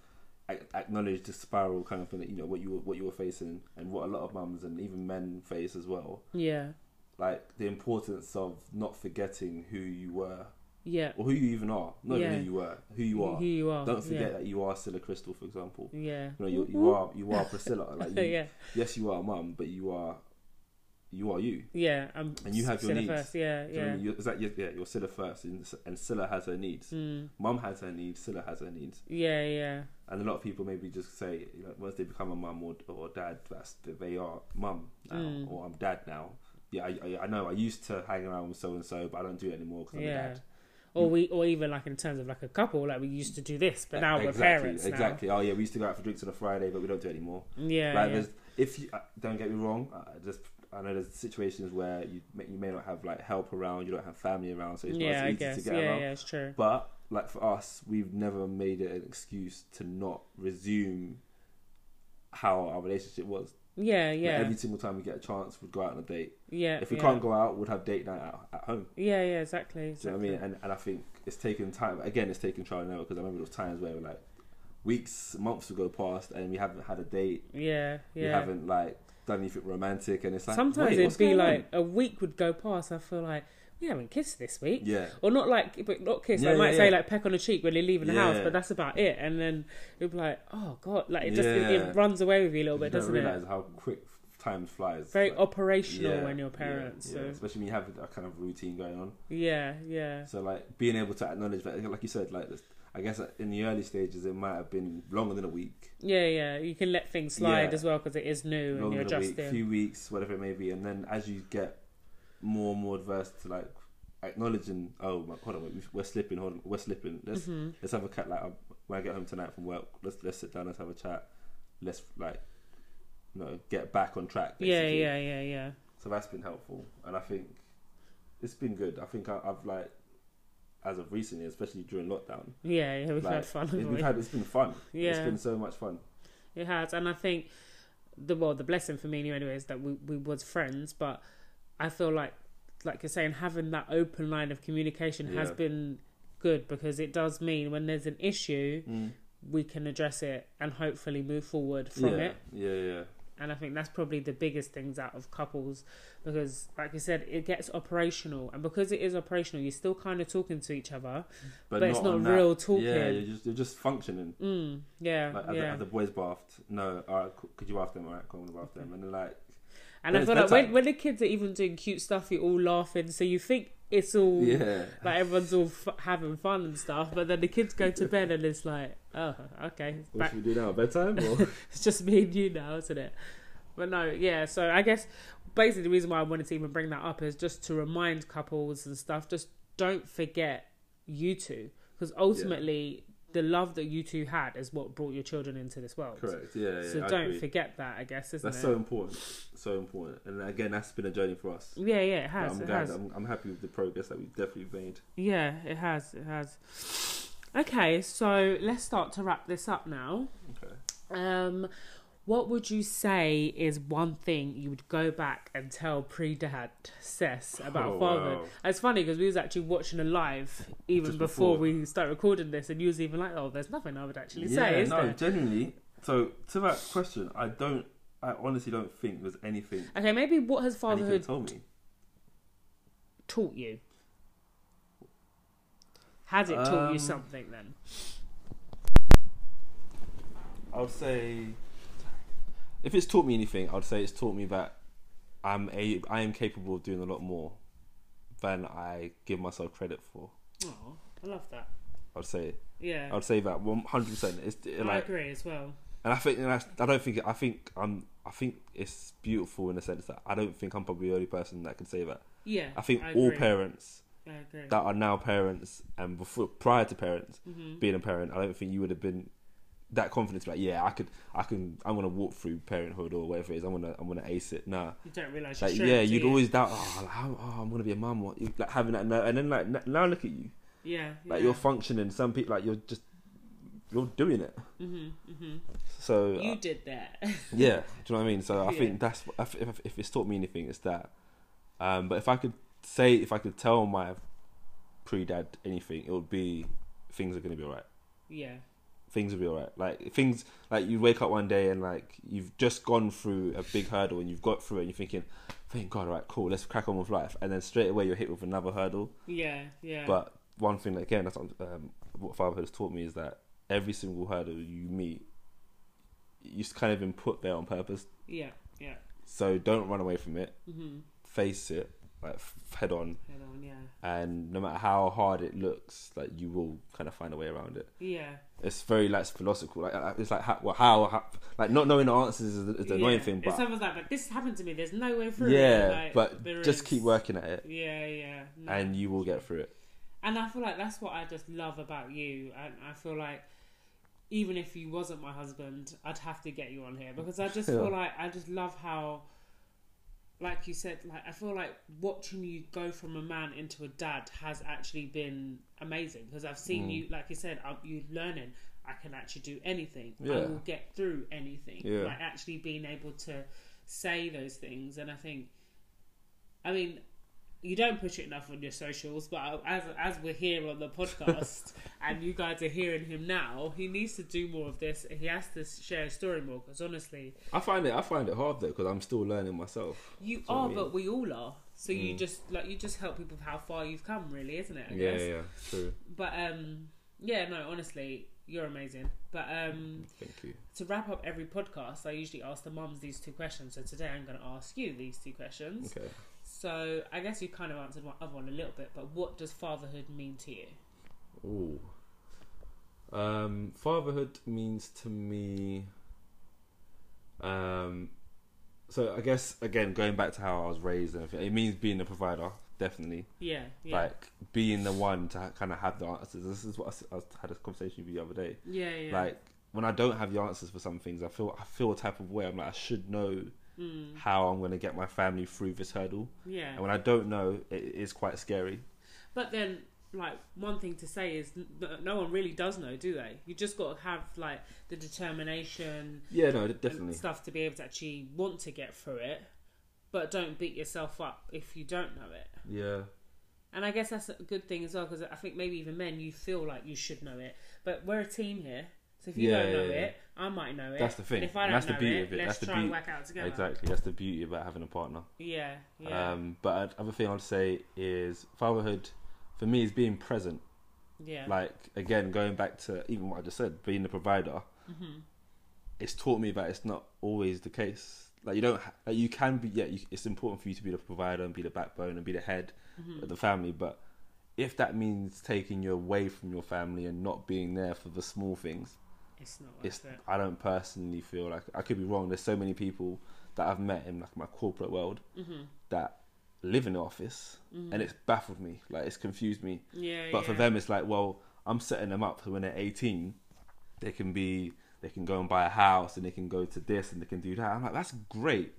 Speaker 2: ac- acknowledge the spiral kind of thing that you know what you were, what you were facing and what a lot of mums and even men face as well.
Speaker 1: Yeah.
Speaker 2: Like the importance of not forgetting who you were
Speaker 1: Yeah.
Speaker 2: or who you even are, not
Speaker 1: Yeah.
Speaker 2: even who you were, who you are.
Speaker 1: Who you are.
Speaker 2: Don't forget that you are still a crystal, for example.
Speaker 1: Yeah.
Speaker 2: You know, you, you are you are Priscilla. Like you,
Speaker 1: yeah.
Speaker 2: yes, you are a mum, but you are you are you.
Speaker 1: Yeah. I'm
Speaker 2: And you have your
Speaker 1: Priscilla
Speaker 2: needs.
Speaker 1: First. Yeah.
Speaker 2: Do you know what I
Speaker 1: Yeah.
Speaker 2: mean? You're, is that, yeah, yeah, you're Scylla first, and, and Scylla has her needs.
Speaker 1: Mm.
Speaker 2: Mum has her needs, Scylla has her needs.
Speaker 1: Yeah. Yeah.
Speaker 2: And a lot of people maybe just say, you know, once they become a mum or, or dad, that's that they are mum now,
Speaker 1: Mm.
Speaker 2: or I'm dad now. Yeah, I, I, I know I used to hang around with so and so, but I don't do it anymore because I'm a
Speaker 1: Yeah.
Speaker 2: dad.
Speaker 1: Or we, or even like in terms of like a couple, like we used to do this, but now
Speaker 2: E, exactly,
Speaker 1: we're parents. now.
Speaker 2: Exactly. Oh, yeah, we used to go out for drinks on a Friday, but we don't do it anymore.
Speaker 1: Yeah.
Speaker 2: like,
Speaker 1: yeah.
Speaker 2: there's, if you uh, don't get me wrong, I I just I know there's situations where you may, you may not have like help around, you don't have family around, so it's
Speaker 1: yeah, I
Speaker 2: not as easy
Speaker 1: guess.
Speaker 2: to get
Speaker 1: yeah,
Speaker 2: around.
Speaker 1: yeah, it's true.
Speaker 2: But like for us, we've never made it an excuse to not resume how our relationship was.
Speaker 1: Yeah,
Speaker 2: Like,
Speaker 1: yeah,
Speaker 2: every single time we get a chance, we'd go out on a date.
Speaker 1: yeah.
Speaker 2: If we
Speaker 1: yeah.
Speaker 2: can't go out, we'd have date night at, at home.
Speaker 1: yeah, yeah, exactly.
Speaker 2: Do you know
Speaker 1: exactly.
Speaker 2: what I mean? And, and I think it's taken time. Again, it's taken trial and error because I remember those times where like weeks, months would go past and we haven't had a date.
Speaker 1: Yeah, yeah.
Speaker 2: We haven't like done anything romantic, and it's like
Speaker 1: Sometimes
Speaker 2: wait, what's
Speaker 1: it'd be
Speaker 2: going on?
Speaker 1: like a week would go past. I feel like we haven't kissed this week,
Speaker 2: yeah.
Speaker 1: or not like, but not kiss.
Speaker 2: Yeah,
Speaker 1: I
Speaker 2: yeah,
Speaker 1: might say
Speaker 2: yeah.
Speaker 1: like peck on the cheek when they leave the house,
Speaker 2: Yeah.
Speaker 1: but that's about it. And then it'd be like, oh god, like it just it,
Speaker 2: Yeah.
Speaker 1: it runs away with you a little bit,
Speaker 2: you don't
Speaker 1: doesn't
Speaker 2: realize
Speaker 1: it?
Speaker 2: how quick time flies.
Speaker 1: Very
Speaker 2: Like,
Speaker 1: operational
Speaker 2: yeah,
Speaker 1: when you're
Speaker 2: yeah,
Speaker 1: parents.
Speaker 2: yeah.
Speaker 1: Yeah, so.
Speaker 2: especially when you have a kind of routine going on.
Speaker 1: yeah, yeah,
Speaker 2: So like being able to acknowledge that, like you said, like this, I guess in the early stages it might have been longer than a week,
Speaker 1: yeah, yeah. You can let things slide
Speaker 2: Yeah.
Speaker 1: as well because it is new and you're
Speaker 2: longer than a week,
Speaker 1: adjusting.
Speaker 2: few weeks, whatever it may be, and then as you get more and more adverse to like acknowledging, oh, my, hold on, wait, we're slipping, hold on, we're slipping. Let's
Speaker 1: Mhm.
Speaker 2: let's have a cat. Like when I get home tonight from work, let's let's sit down, let's have a chat, let's like, you know, get back on track.
Speaker 1: Yeah,
Speaker 2: basically.
Speaker 1: yeah, yeah, yeah.
Speaker 2: So that's been helpful, and I think it's been good. I think I, I've like, as of recently, especially during lockdown,
Speaker 1: Yeah, yeah, we've
Speaker 2: like,
Speaker 1: had fun.
Speaker 2: it-
Speaker 1: haven't
Speaker 2: We've
Speaker 1: we?
Speaker 2: had it's been fun. it's
Speaker 1: Yeah.
Speaker 2: been so much fun.
Speaker 1: It has, and I think the well, the blessing for me anyway is that we we was friends, but I feel like like you're saying having that open line of communication has
Speaker 2: Yeah.
Speaker 1: been good because it does mean when there's an issue
Speaker 2: Mm.
Speaker 1: we can address it and hopefully move forward from
Speaker 2: yeah,
Speaker 1: it
Speaker 2: yeah, yeah,
Speaker 1: and i think that's probably the biggest things out of couples because like you said it gets operational and because it is operational you're still kind of talking to each other But it's not
Speaker 2: on that-
Speaker 1: real talking.
Speaker 2: Yeah, you're just you're just functioning.
Speaker 1: mm, yeah
Speaker 2: Like at, the,
Speaker 1: yeah
Speaker 2: at the boys' bath. No, all right, cool, could you bath them? All right, cool, I'm gonna bath them. And they're like,
Speaker 1: And I
Speaker 2: It's
Speaker 1: feel like
Speaker 2: bedtime.
Speaker 1: when, when the kids are even doing cute stuff, you're all laughing. So you think it's all
Speaker 2: yeah,
Speaker 1: like everyone's all f- having fun and stuff, but then the kids go to bed and it's like, oh, okay, it's
Speaker 2: what
Speaker 1: back,
Speaker 2: should we do now? Bedtime? Or?
Speaker 1: it's just me and you now, isn't it? But no, yeah. So I guess basically the reason why I wanted to even bring that up is just to remind couples and stuff. Just don't forget you two, because ultimately the love that you two had is what brought your children into this world.
Speaker 2: Correct. Yeah, yeah.
Speaker 1: So
Speaker 2: I
Speaker 1: don't
Speaker 2: agree.
Speaker 1: forget that. I guess isn't
Speaker 2: That's
Speaker 1: it?
Speaker 2: so important. So important. And again, that's been a journey for us.
Speaker 1: yeah, yeah. It
Speaker 2: But
Speaker 1: has.
Speaker 2: I'm
Speaker 1: it
Speaker 2: glad.
Speaker 1: has.
Speaker 2: I'm, I'm happy with the progress that we've definitely made.
Speaker 1: Yeah, it has. It has. Okay, so let's start to wrap this up now.
Speaker 2: Okay.
Speaker 1: Um, what would you say is one thing you would go back and tell pre-dad Sess about
Speaker 2: Oh,
Speaker 1: fatherhood?
Speaker 2: wow.
Speaker 1: It's funny because we was actually watching a live even
Speaker 2: Just
Speaker 1: before,
Speaker 2: before.
Speaker 1: we started recording this, and you was even like, "Oh, there's nothing I would actually
Speaker 2: yeah,
Speaker 1: say." Is
Speaker 2: no,
Speaker 1: there?
Speaker 2: genuinely. So to that question, I don't. I honestly don't think there's anything.
Speaker 1: Okay, maybe what has
Speaker 2: Anything
Speaker 1: fatherhood
Speaker 2: told me.
Speaker 1: taught you? Has it taught you
Speaker 2: Um,
Speaker 1: something then?
Speaker 2: I would say, if it's taught me anything, I would say it's taught me that I'm a I am capable of doing a lot more than I give myself credit for.
Speaker 1: Oh, I love that.
Speaker 2: I'd say
Speaker 1: Yeah,
Speaker 2: I'd say that one hundred percent. It's it,
Speaker 1: I
Speaker 2: like,
Speaker 1: agree as well.
Speaker 2: and I think and that's, I don't think I think I'm I think it's beautiful in the sense that I don't think I'm probably the only person that can say that.
Speaker 1: Yeah,
Speaker 2: I think all
Speaker 1: agree.
Speaker 2: parents
Speaker 1: I agree.
Speaker 2: that are now parents and before prior to parents
Speaker 1: Mhm.
Speaker 2: being a parent, I don't think you would have been that confident. to be Like, yeah, I could, I can, I'm gonna walk through parenthood or whatever it is. I'm gonna, I'm gonna ace it. Nah,
Speaker 1: You don't realize
Speaker 2: like,
Speaker 1: you're
Speaker 2: yeah,
Speaker 1: do
Speaker 2: you'd
Speaker 1: you?
Speaker 2: always doubt. Oh, like, how, oh, I'm gonna be a mum. What? you- Like having that, no- and then like n- now look at you.
Speaker 1: yeah, yeah.
Speaker 2: Like you're functioning. Some people like you're just, you're doing it.
Speaker 1: hmm hmm
Speaker 2: So uh,
Speaker 1: You did that.
Speaker 2: yeah, do you know what I mean? So I
Speaker 1: Yeah.
Speaker 2: think that's I th- if, if it's taught me anything, it's that. Um, but if I could say, if I could tell my pre-dad anything, it would be things are gonna be alright.
Speaker 1: yeah,
Speaker 2: things will be alright. Like things like you wake up one day and like you've just gone through a big hurdle and you've got through it and you're thinking, Thank God, alright, cool, let's crack on with life and then straight away you're hit with another hurdle.
Speaker 1: Yeah, yeah.
Speaker 2: But one thing again that's um, what fatherhood has taught me is that every single hurdle you meet you've kind of been put there on purpose.
Speaker 1: yeah, yeah.
Speaker 2: So don't run away from it.
Speaker 1: Mm-hmm.
Speaker 2: Face it, like f- head on
Speaker 1: Head on, yeah.
Speaker 2: and no matter how hard it looks, like you will kind of find a way around it.
Speaker 1: Yeah.
Speaker 2: It's very like philosophical. Like uh, it's like how, well, how, how like not knowing the answers is, the- is the annoying
Speaker 1: yeah.
Speaker 2: thing,
Speaker 1: If
Speaker 2: but
Speaker 1: someone's like, but this happened to me, there's no way through.
Speaker 2: yeah,
Speaker 1: it," like,
Speaker 2: but
Speaker 1: there
Speaker 2: just
Speaker 1: is- Mm.
Speaker 2: keep working at it,
Speaker 1: Yeah, yeah. No.
Speaker 2: and you will get through it.
Speaker 1: And I feel like that's what I just love about you. And I feel like even if you wasn't my husband, I'd have to get you on here because I just feel
Speaker 2: Yeah.
Speaker 1: like I just love how like you said, like I feel like watching you go from a man into a dad has actually been amazing because I've seen
Speaker 2: Mm.
Speaker 1: you, like you said, I- you learning. I can actually do anything. I
Speaker 2: Yeah.
Speaker 1: will get through anything.
Speaker 2: Yeah.
Speaker 1: Like actually being able to say those things, and I think, I mean, you don't push it enough on your socials, but as as we're here on the podcast and you guys are hearing him now, he needs to do more of this. He has to share his story more because honestly,
Speaker 2: I find it, I find it hard though because I'm still learning myself.
Speaker 1: you
Speaker 2: what I
Speaker 1: are,
Speaker 2: mean. Mm.
Speaker 1: but we all are. So you just like you just help people with how far you've come, really, isn't it? I
Speaker 2: Yeah,
Speaker 1: guess.
Speaker 2: yeah, true.
Speaker 1: But um, yeah, no, honestly, you're amazing. But um,
Speaker 2: Thank you.
Speaker 1: to wrap up every podcast, I usually ask the mums these two questions. So today I'm going to ask you these two questions.
Speaker 2: Okay.
Speaker 1: So I guess you kind of answered one other one a little bit, but what does fatherhood mean to you?
Speaker 2: Ooh. Um, fatherhood means to me. Um, so I guess again going back to how I was raised and everything, it means being a provider, definitely.
Speaker 1: Yeah, yeah,
Speaker 2: Like being the one to ha- kind of have the answers. This is what I s- I, had a conversation with you the other day.
Speaker 1: yeah, yeah.
Speaker 2: Like when I don't have the answers for some things, I feel I feel a type of way. I'm like I should know
Speaker 1: mm,
Speaker 2: how I'm going to get my family through this hurdle,
Speaker 1: yeah.
Speaker 2: and when I don't know, it it is quite scary.
Speaker 1: But then, like, one thing to say is n- n- no one really does know, do they? You just got to have, like, the determination
Speaker 2: Yeah, no,
Speaker 1: and
Speaker 2: definitely.
Speaker 1: stuff to be able to actually want to get through it, but don't beat yourself up if you don't know it.
Speaker 2: Yeah.
Speaker 1: And I guess that's a good thing as well, because I think maybe even men, you feel like you should know it. But we're a team here. So if you
Speaker 2: Yeah,
Speaker 1: don't know
Speaker 2: yeah, yeah.
Speaker 1: it, I might know it.
Speaker 2: That's the thing.
Speaker 1: And if I don't
Speaker 2: And that's
Speaker 1: know
Speaker 2: the beauty
Speaker 1: it,
Speaker 2: of it.
Speaker 1: let's
Speaker 2: That's the
Speaker 1: try and
Speaker 2: beauty-
Speaker 1: work out together.
Speaker 2: Exactly. That's the beauty about having a partner.
Speaker 1: Yeah, yeah,
Speaker 2: Um, but another thing I'd say is fatherhood, for me, is being present.
Speaker 1: yeah.
Speaker 2: Like again, going back to even what I just said, being the provider.
Speaker 1: Mm-hmm.
Speaker 2: It's taught me that it's not always the case. Like you don't, ha- like you can be. Yeah, you, it's important for you to be the provider and be the backbone and be the head
Speaker 1: Mm-hmm.
Speaker 2: of the family. But if that means taking you away from your family and not being there for the small things,
Speaker 1: it's not worth
Speaker 2: it's
Speaker 1: it.
Speaker 2: I don't personally feel like I could be wrong. There's so many people that I've met in like my corporate world
Speaker 1: Mm-hmm.
Speaker 2: that live in the office, and it's baffled me. Like it's confused me.
Speaker 1: Yeah,
Speaker 2: But
Speaker 1: yeah.
Speaker 2: for them, it's like, well, I'm setting them up so when they're 18, they can be, they can go and buy a house, and they can go to this, and they can do that. I'm like, that's great,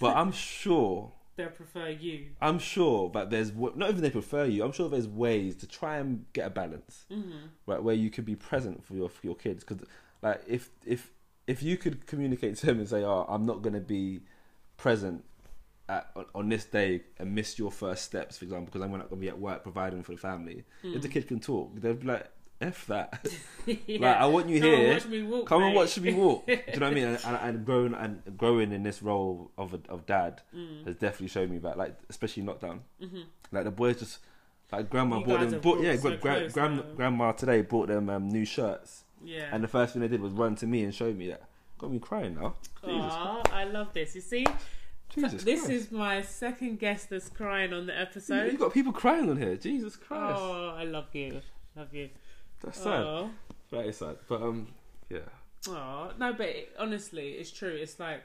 Speaker 2: but I'm sure.
Speaker 1: They'll prefer you.
Speaker 2: I'm sure that there's w- not even they prefer you. I'm sure there's ways to try and get a balance,
Speaker 1: Mm-hmm.
Speaker 2: right, where you could be present for your for your kids. Because like if if if you could communicate to them and say, "Oh, I'm not going to be present at, on, on this day and miss your first steps," for example, because I'm not going to be at work providing for the family. If
Speaker 1: Mm.
Speaker 2: the kid can talk, they'd be like, "F that." Like I want you
Speaker 1: Come and
Speaker 2: here.
Speaker 1: watch me walk,
Speaker 2: Come and
Speaker 1: mate.
Speaker 2: watch me walk. Do you know what I mean? And, and, and growing and growing in this role of a, of dad
Speaker 1: Mm.
Speaker 2: has definitely shown me that. Like especially in lockdown, like the boys just like grandma
Speaker 1: You
Speaker 2: bought
Speaker 1: guys
Speaker 2: them.
Speaker 1: have
Speaker 2: Bought,
Speaker 1: brought
Speaker 2: yeah,
Speaker 1: so
Speaker 2: gra- gra-
Speaker 1: close
Speaker 2: gran-
Speaker 1: now.
Speaker 2: grandma today bought them um, new shirts,
Speaker 1: Mm-hmm. Yeah.
Speaker 2: and the first thing they did was run to me and show me that. Got me crying now. Jesus,
Speaker 1: Aw, I love this. You see,
Speaker 2: Jesus
Speaker 1: this
Speaker 2: Christ.
Speaker 1: is my second guest that's crying on the
Speaker 2: You- you
Speaker 1: episode.
Speaker 2: got people crying on here. Jesus Christ,
Speaker 1: Oh, I love you. Love you.
Speaker 2: that's sad.
Speaker 1: Oh,
Speaker 2: That is sad. But um, yeah,
Speaker 1: oh no, but it, honestly, it's true. It's like,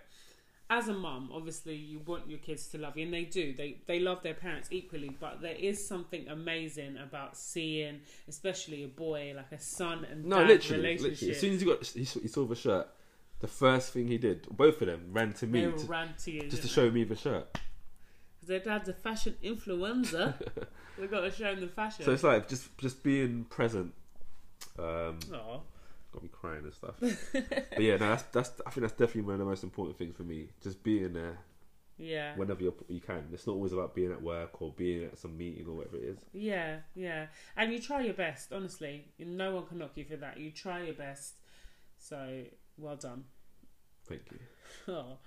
Speaker 1: as a mum, obviously, you want your kids to love you, and they do. They they love their parents equally, but there is something amazing about seeing, especially a boy, like a son and
Speaker 2: no,
Speaker 1: dad
Speaker 2: literally,
Speaker 1: relationship.
Speaker 2: literally. As soon as he got he saw, he saw the shirt, the first thing he did, both of them ran to me.
Speaker 1: they
Speaker 2: to-
Speaker 1: ran to you
Speaker 2: just to
Speaker 1: didn't
Speaker 2: show me the shirt.
Speaker 1: Because their dad's a fashion influencer. We've got to show him the fashion.
Speaker 2: So it's like just just being present. Um,
Speaker 1: Aw.
Speaker 2: got me crying and stuff. but yeah, no, that's that's I think that's definitely one of the most important things for me. Just being there
Speaker 1: Yeah.
Speaker 2: whenever you're, you can. It's not always about being at work or being at some meeting or whatever it is.
Speaker 1: Yeah, yeah. And you try your best, honestly. No one can knock you for that. You try your best. So, well done.
Speaker 2: Thank you.
Speaker 1: Oh,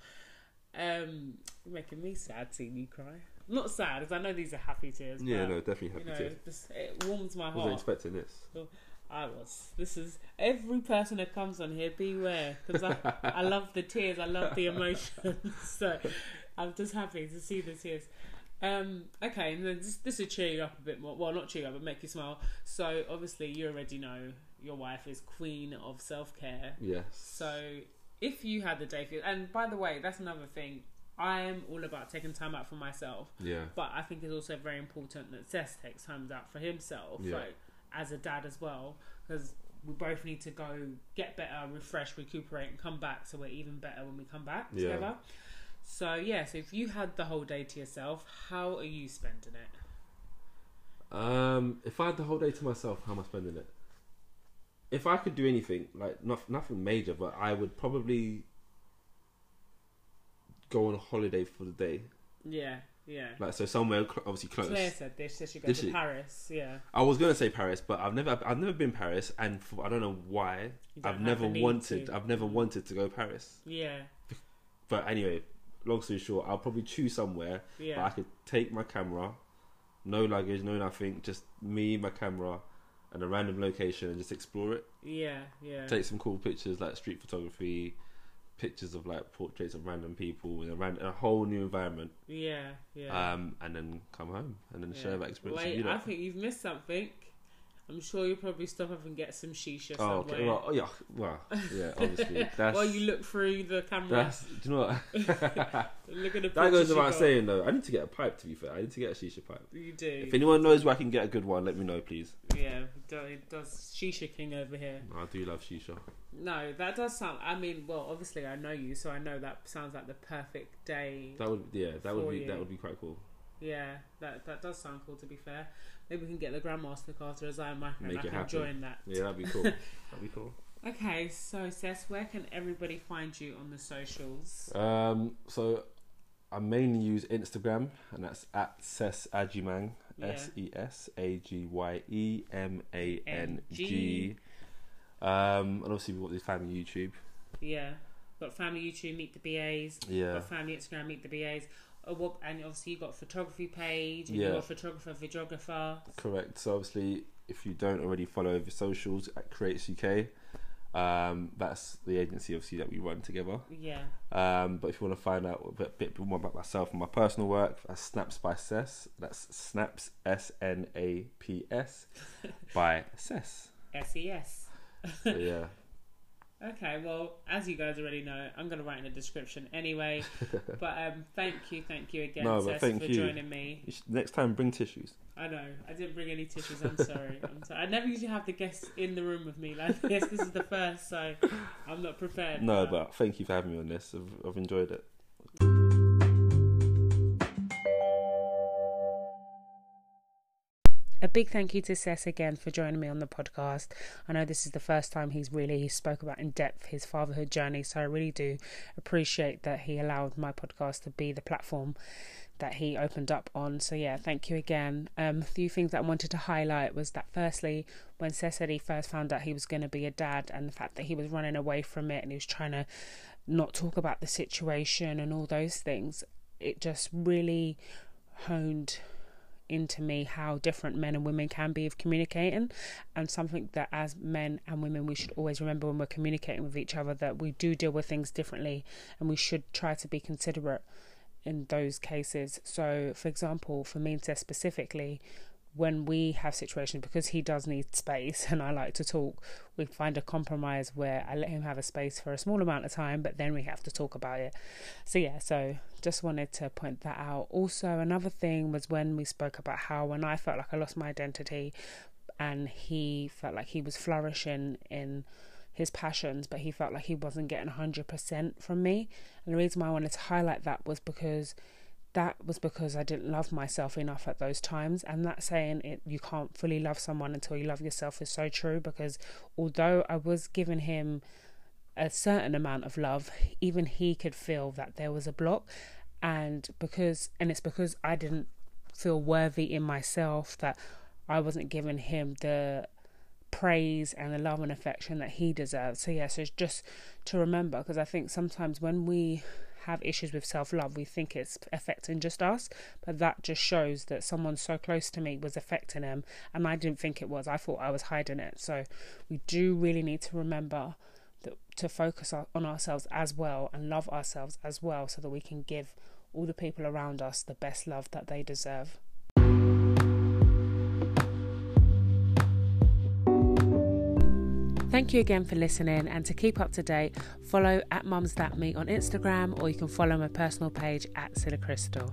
Speaker 1: um, you're making me sad seeing you cry. Not sad, as I know these are happy tears.
Speaker 2: yeah,
Speaker 1: but,
Speaker 2: no, definitely happy
Speaker 1: you know,
Speaker 2: to.
Speaker 1: this- it warms my
Speaker 2: I wasn't
Speaker 1: heart.
Speaker 2: expecting this.
Speaker 1: I was. This is every person that comes on here. Beware, because I, I love the tears. I love the emotion. so I'm just happy to see the tears. Um, okay, and then this, this will cheer you up a bit more. Well, not cheer you up, but make you smile. So obviously, you already know your wife is queen of self care.
Speaker 2: Yes.
Speaker 1: So if you had the day for you, and by the way, that's another thing. I am all about taking time out for myself,
Speaker 2: Yeah.
Speaker 1: but I think it's also very important that Seth takes time out for himself,
Speaker 2: Yeah.
Speaker 1: like as a dad as well, because we both need to go get better, refresh, recuperate, and come back so we're even better when we come back
Speaker 2: Yeah.
Speaker 1: together. So yeah, so if you had the whole day to yourself, how are you spending it?
Speaker 2: Um, if I had the whole day to myself, how am I spending it? If I could do anything, like not, nothing major, but I would probably go on holiday for the day.
Speaker 1: Yeah, yeah.
Speaker 2: Like so, somewhere cl- obviously close.
Speaker 1: Claire said this, so she goes
Speaker 2: Did
Speaker 1: to
Speaker 2: she?
Speaker 1: Paris. Yeah,
Speaker 2: I was gonna say Paris, but I've never I've never been Paris, and for, I don't know why.
Speaker 1: You don't
Speaker 2: I've
Speaker 1: have
Speaker 2: never
Speaker 1: the need
Speaker 2: wanted
Speaker 1: to.
Speaker 2: I've never wanted to go Paris.
Speaker 1: yeah,
Speaker 2: But anyway, long story short, I'll probably choose somewhere
Speaker 1: yeah.
Speaker 2: but I could take my camera, no luggage, no nothing, just me, my camera, and a random location and just explore it.
Speaker 1: Yeah, yeah.
Speaker 2: Take some cool pictures like street photography, pictures of like portraits of random people in a, ran- a whole new environment,
Speaker 1: yeah, yeah.
Speaker 2: um, and then come home and then
Speaker 1: yeah.
Speaker 2: share that experience. with
Speaker 1: Wait,
Speaker 2: you
Speaker 1: I
Speaker 2: lot.
Speaker 1: think you've missed something. I'm sure you'll probably stop off and get some shisha
Speaker 2: Oh,
Speaker 1: somewhere.
Speaker 2: okay. Well, oh, yeah, well, yeah, obviously. That's,
Speaker 1: While you look through the camera,
Speaker 2: that's, do you know what?
Speaker 1: look at the
Speaker 2: That
Speaker 1: pictures
Speaker 2: goes
Speaker 1: you
Speaker 2: without
Speaker 1: got.
Speaker 2: saying though. I need to get a pipe, to be fair. I need to get a shisha pipe.
Speaker 1: You do.
Speaker 2: If anyone knows where I can get a good one, let me know, please.
Speaker 1: yeah, do- it does shisha king over here.
Speaker 2: I do love shisha.
Speaker 1: No, that does sound. I mean, well, obviously I know you, so I know that sounds like the perfect day.
Speaker 2: That would, yeah, that would
Speaker 1: For
Speaker 2: be,
Speaker 1: you.
Speaker 2: that would be quite cool.
Speaker 1: yeah, that that does sound cool. To be fair, maybe we can get the grandma's to look after us. I might and
Speaker 2: Make
Speaker 1: I
Speaker 2: it
Speaker 1: can
Speaker 2: happen.
Speaker 1: join that.
Speaker 2: Yeah, that'd be cool. that'd be cool.
Speaker 1: Okay, so Sess, where can everybody find you on the socials?
Speaker 2: Um, so I mainly use Instagram, and that's at Ses Agimang.
Speaker 1: Yeah.
Speaker 2: S E S A G Y E M A N
Speaker 1: G.
Speaker 2: G. Um, and obviously we've got the family YouTube.
Speaker 1: Yeah, got family YouTube, meet the BAs.
Speaker 2: Yeah.
Speaker 1: Got family Instagram, meet the BAs. Uh, what, and obviously you got photography page. And
Speaker 2: Yeah.
Speaker 1: You're a photographer, videographer.
Speaker 2: Correct. So obviously, if you don't already follow the socials at Creates UK, um, that's the agency obviously that we run together.
Speaker 1: Yeah,
Speaker 2: Um, but if you want to find out a bit, bit more about myself and my personal work, that's Snaps by Sess. That's Snaps S N A P S by Sess.
Speaker 1: SES.
Speaker 2: So, yeah,
Speaker 1: E Okay, well, as you guys already know, I'm going to write in the description anyway. but um, thank you, thank you again,
Speaker 2: No, but
Speaker 1: Sess,
Speaker 2: thank
Speaker 1: for
Speaker 2: you.
Speaker 1: joining me.
Speaker 2: You should- next time bring tissues.
Speaker 1: I know, I didn't bring any tissues, I'm sorry. I'm sorry. I never usually have the guests in the room with me like this. This is the first, so I'm not prepared.
Speaker 2: No, but thank you for having me on this. I've, I've enjoyed it.
Speaker 1: A big thank you to Seth again for joining me on the podcast. I know this is the first time he's really spoke about in depth his fatherhood journey, so I really do appreciate that he allowed my podcast to be the platform that he opened up on. So yeah, thank you again. Um, a few things that I wanted to highlight was that firstly, when Seth said he first found out he was going to be a dad, and the fact that he was running away from it and he was trying to not talk about the situation and all those things, it just really honed into me how different men and women can be of communicating and something that as men and women we should always remember when we're communicating with each other that we do deal with things differently and we should try to be considerate in those cases so for example for me and Seth specifically when we have situations because he does need space and I like to talk we find a compromise where I let him have a space for a small amount of time but then we have to talk about it so yeah so just wanted to point that out also another thing was when we spoke about how when I felt like I lost my identity and he felt like he was flourishing in his passions but he felt like he wasn't getting 100% from me and the reason why I wanted to highlight that was because that was because I didn't love myself enough at those times. And that saying, it, you can't fully love someone until you love yourself, is so true because although I was giving him a certain amount of love, even he could feel that there was a block. and because and it's because I didn't feel worthy in myself that I wasn't giving him the praise and the love and affection that he deserves. So yeah, so it's just to remember because I think sometimes when we have issues with self love, we think it's affecting just us, but that just shows that someone so close to me was affecting him, and I didn't think it was. I thought I was hiding it. So we do really need to remember that to focus on on ourselves as well and love ourselves as well, so that we can give all the people around us the best love that they deserve. Thank you again for listening, and to keep up to date, follow at Mums That Meet on Instagram, or you can follow my personal page at Silla Crystal.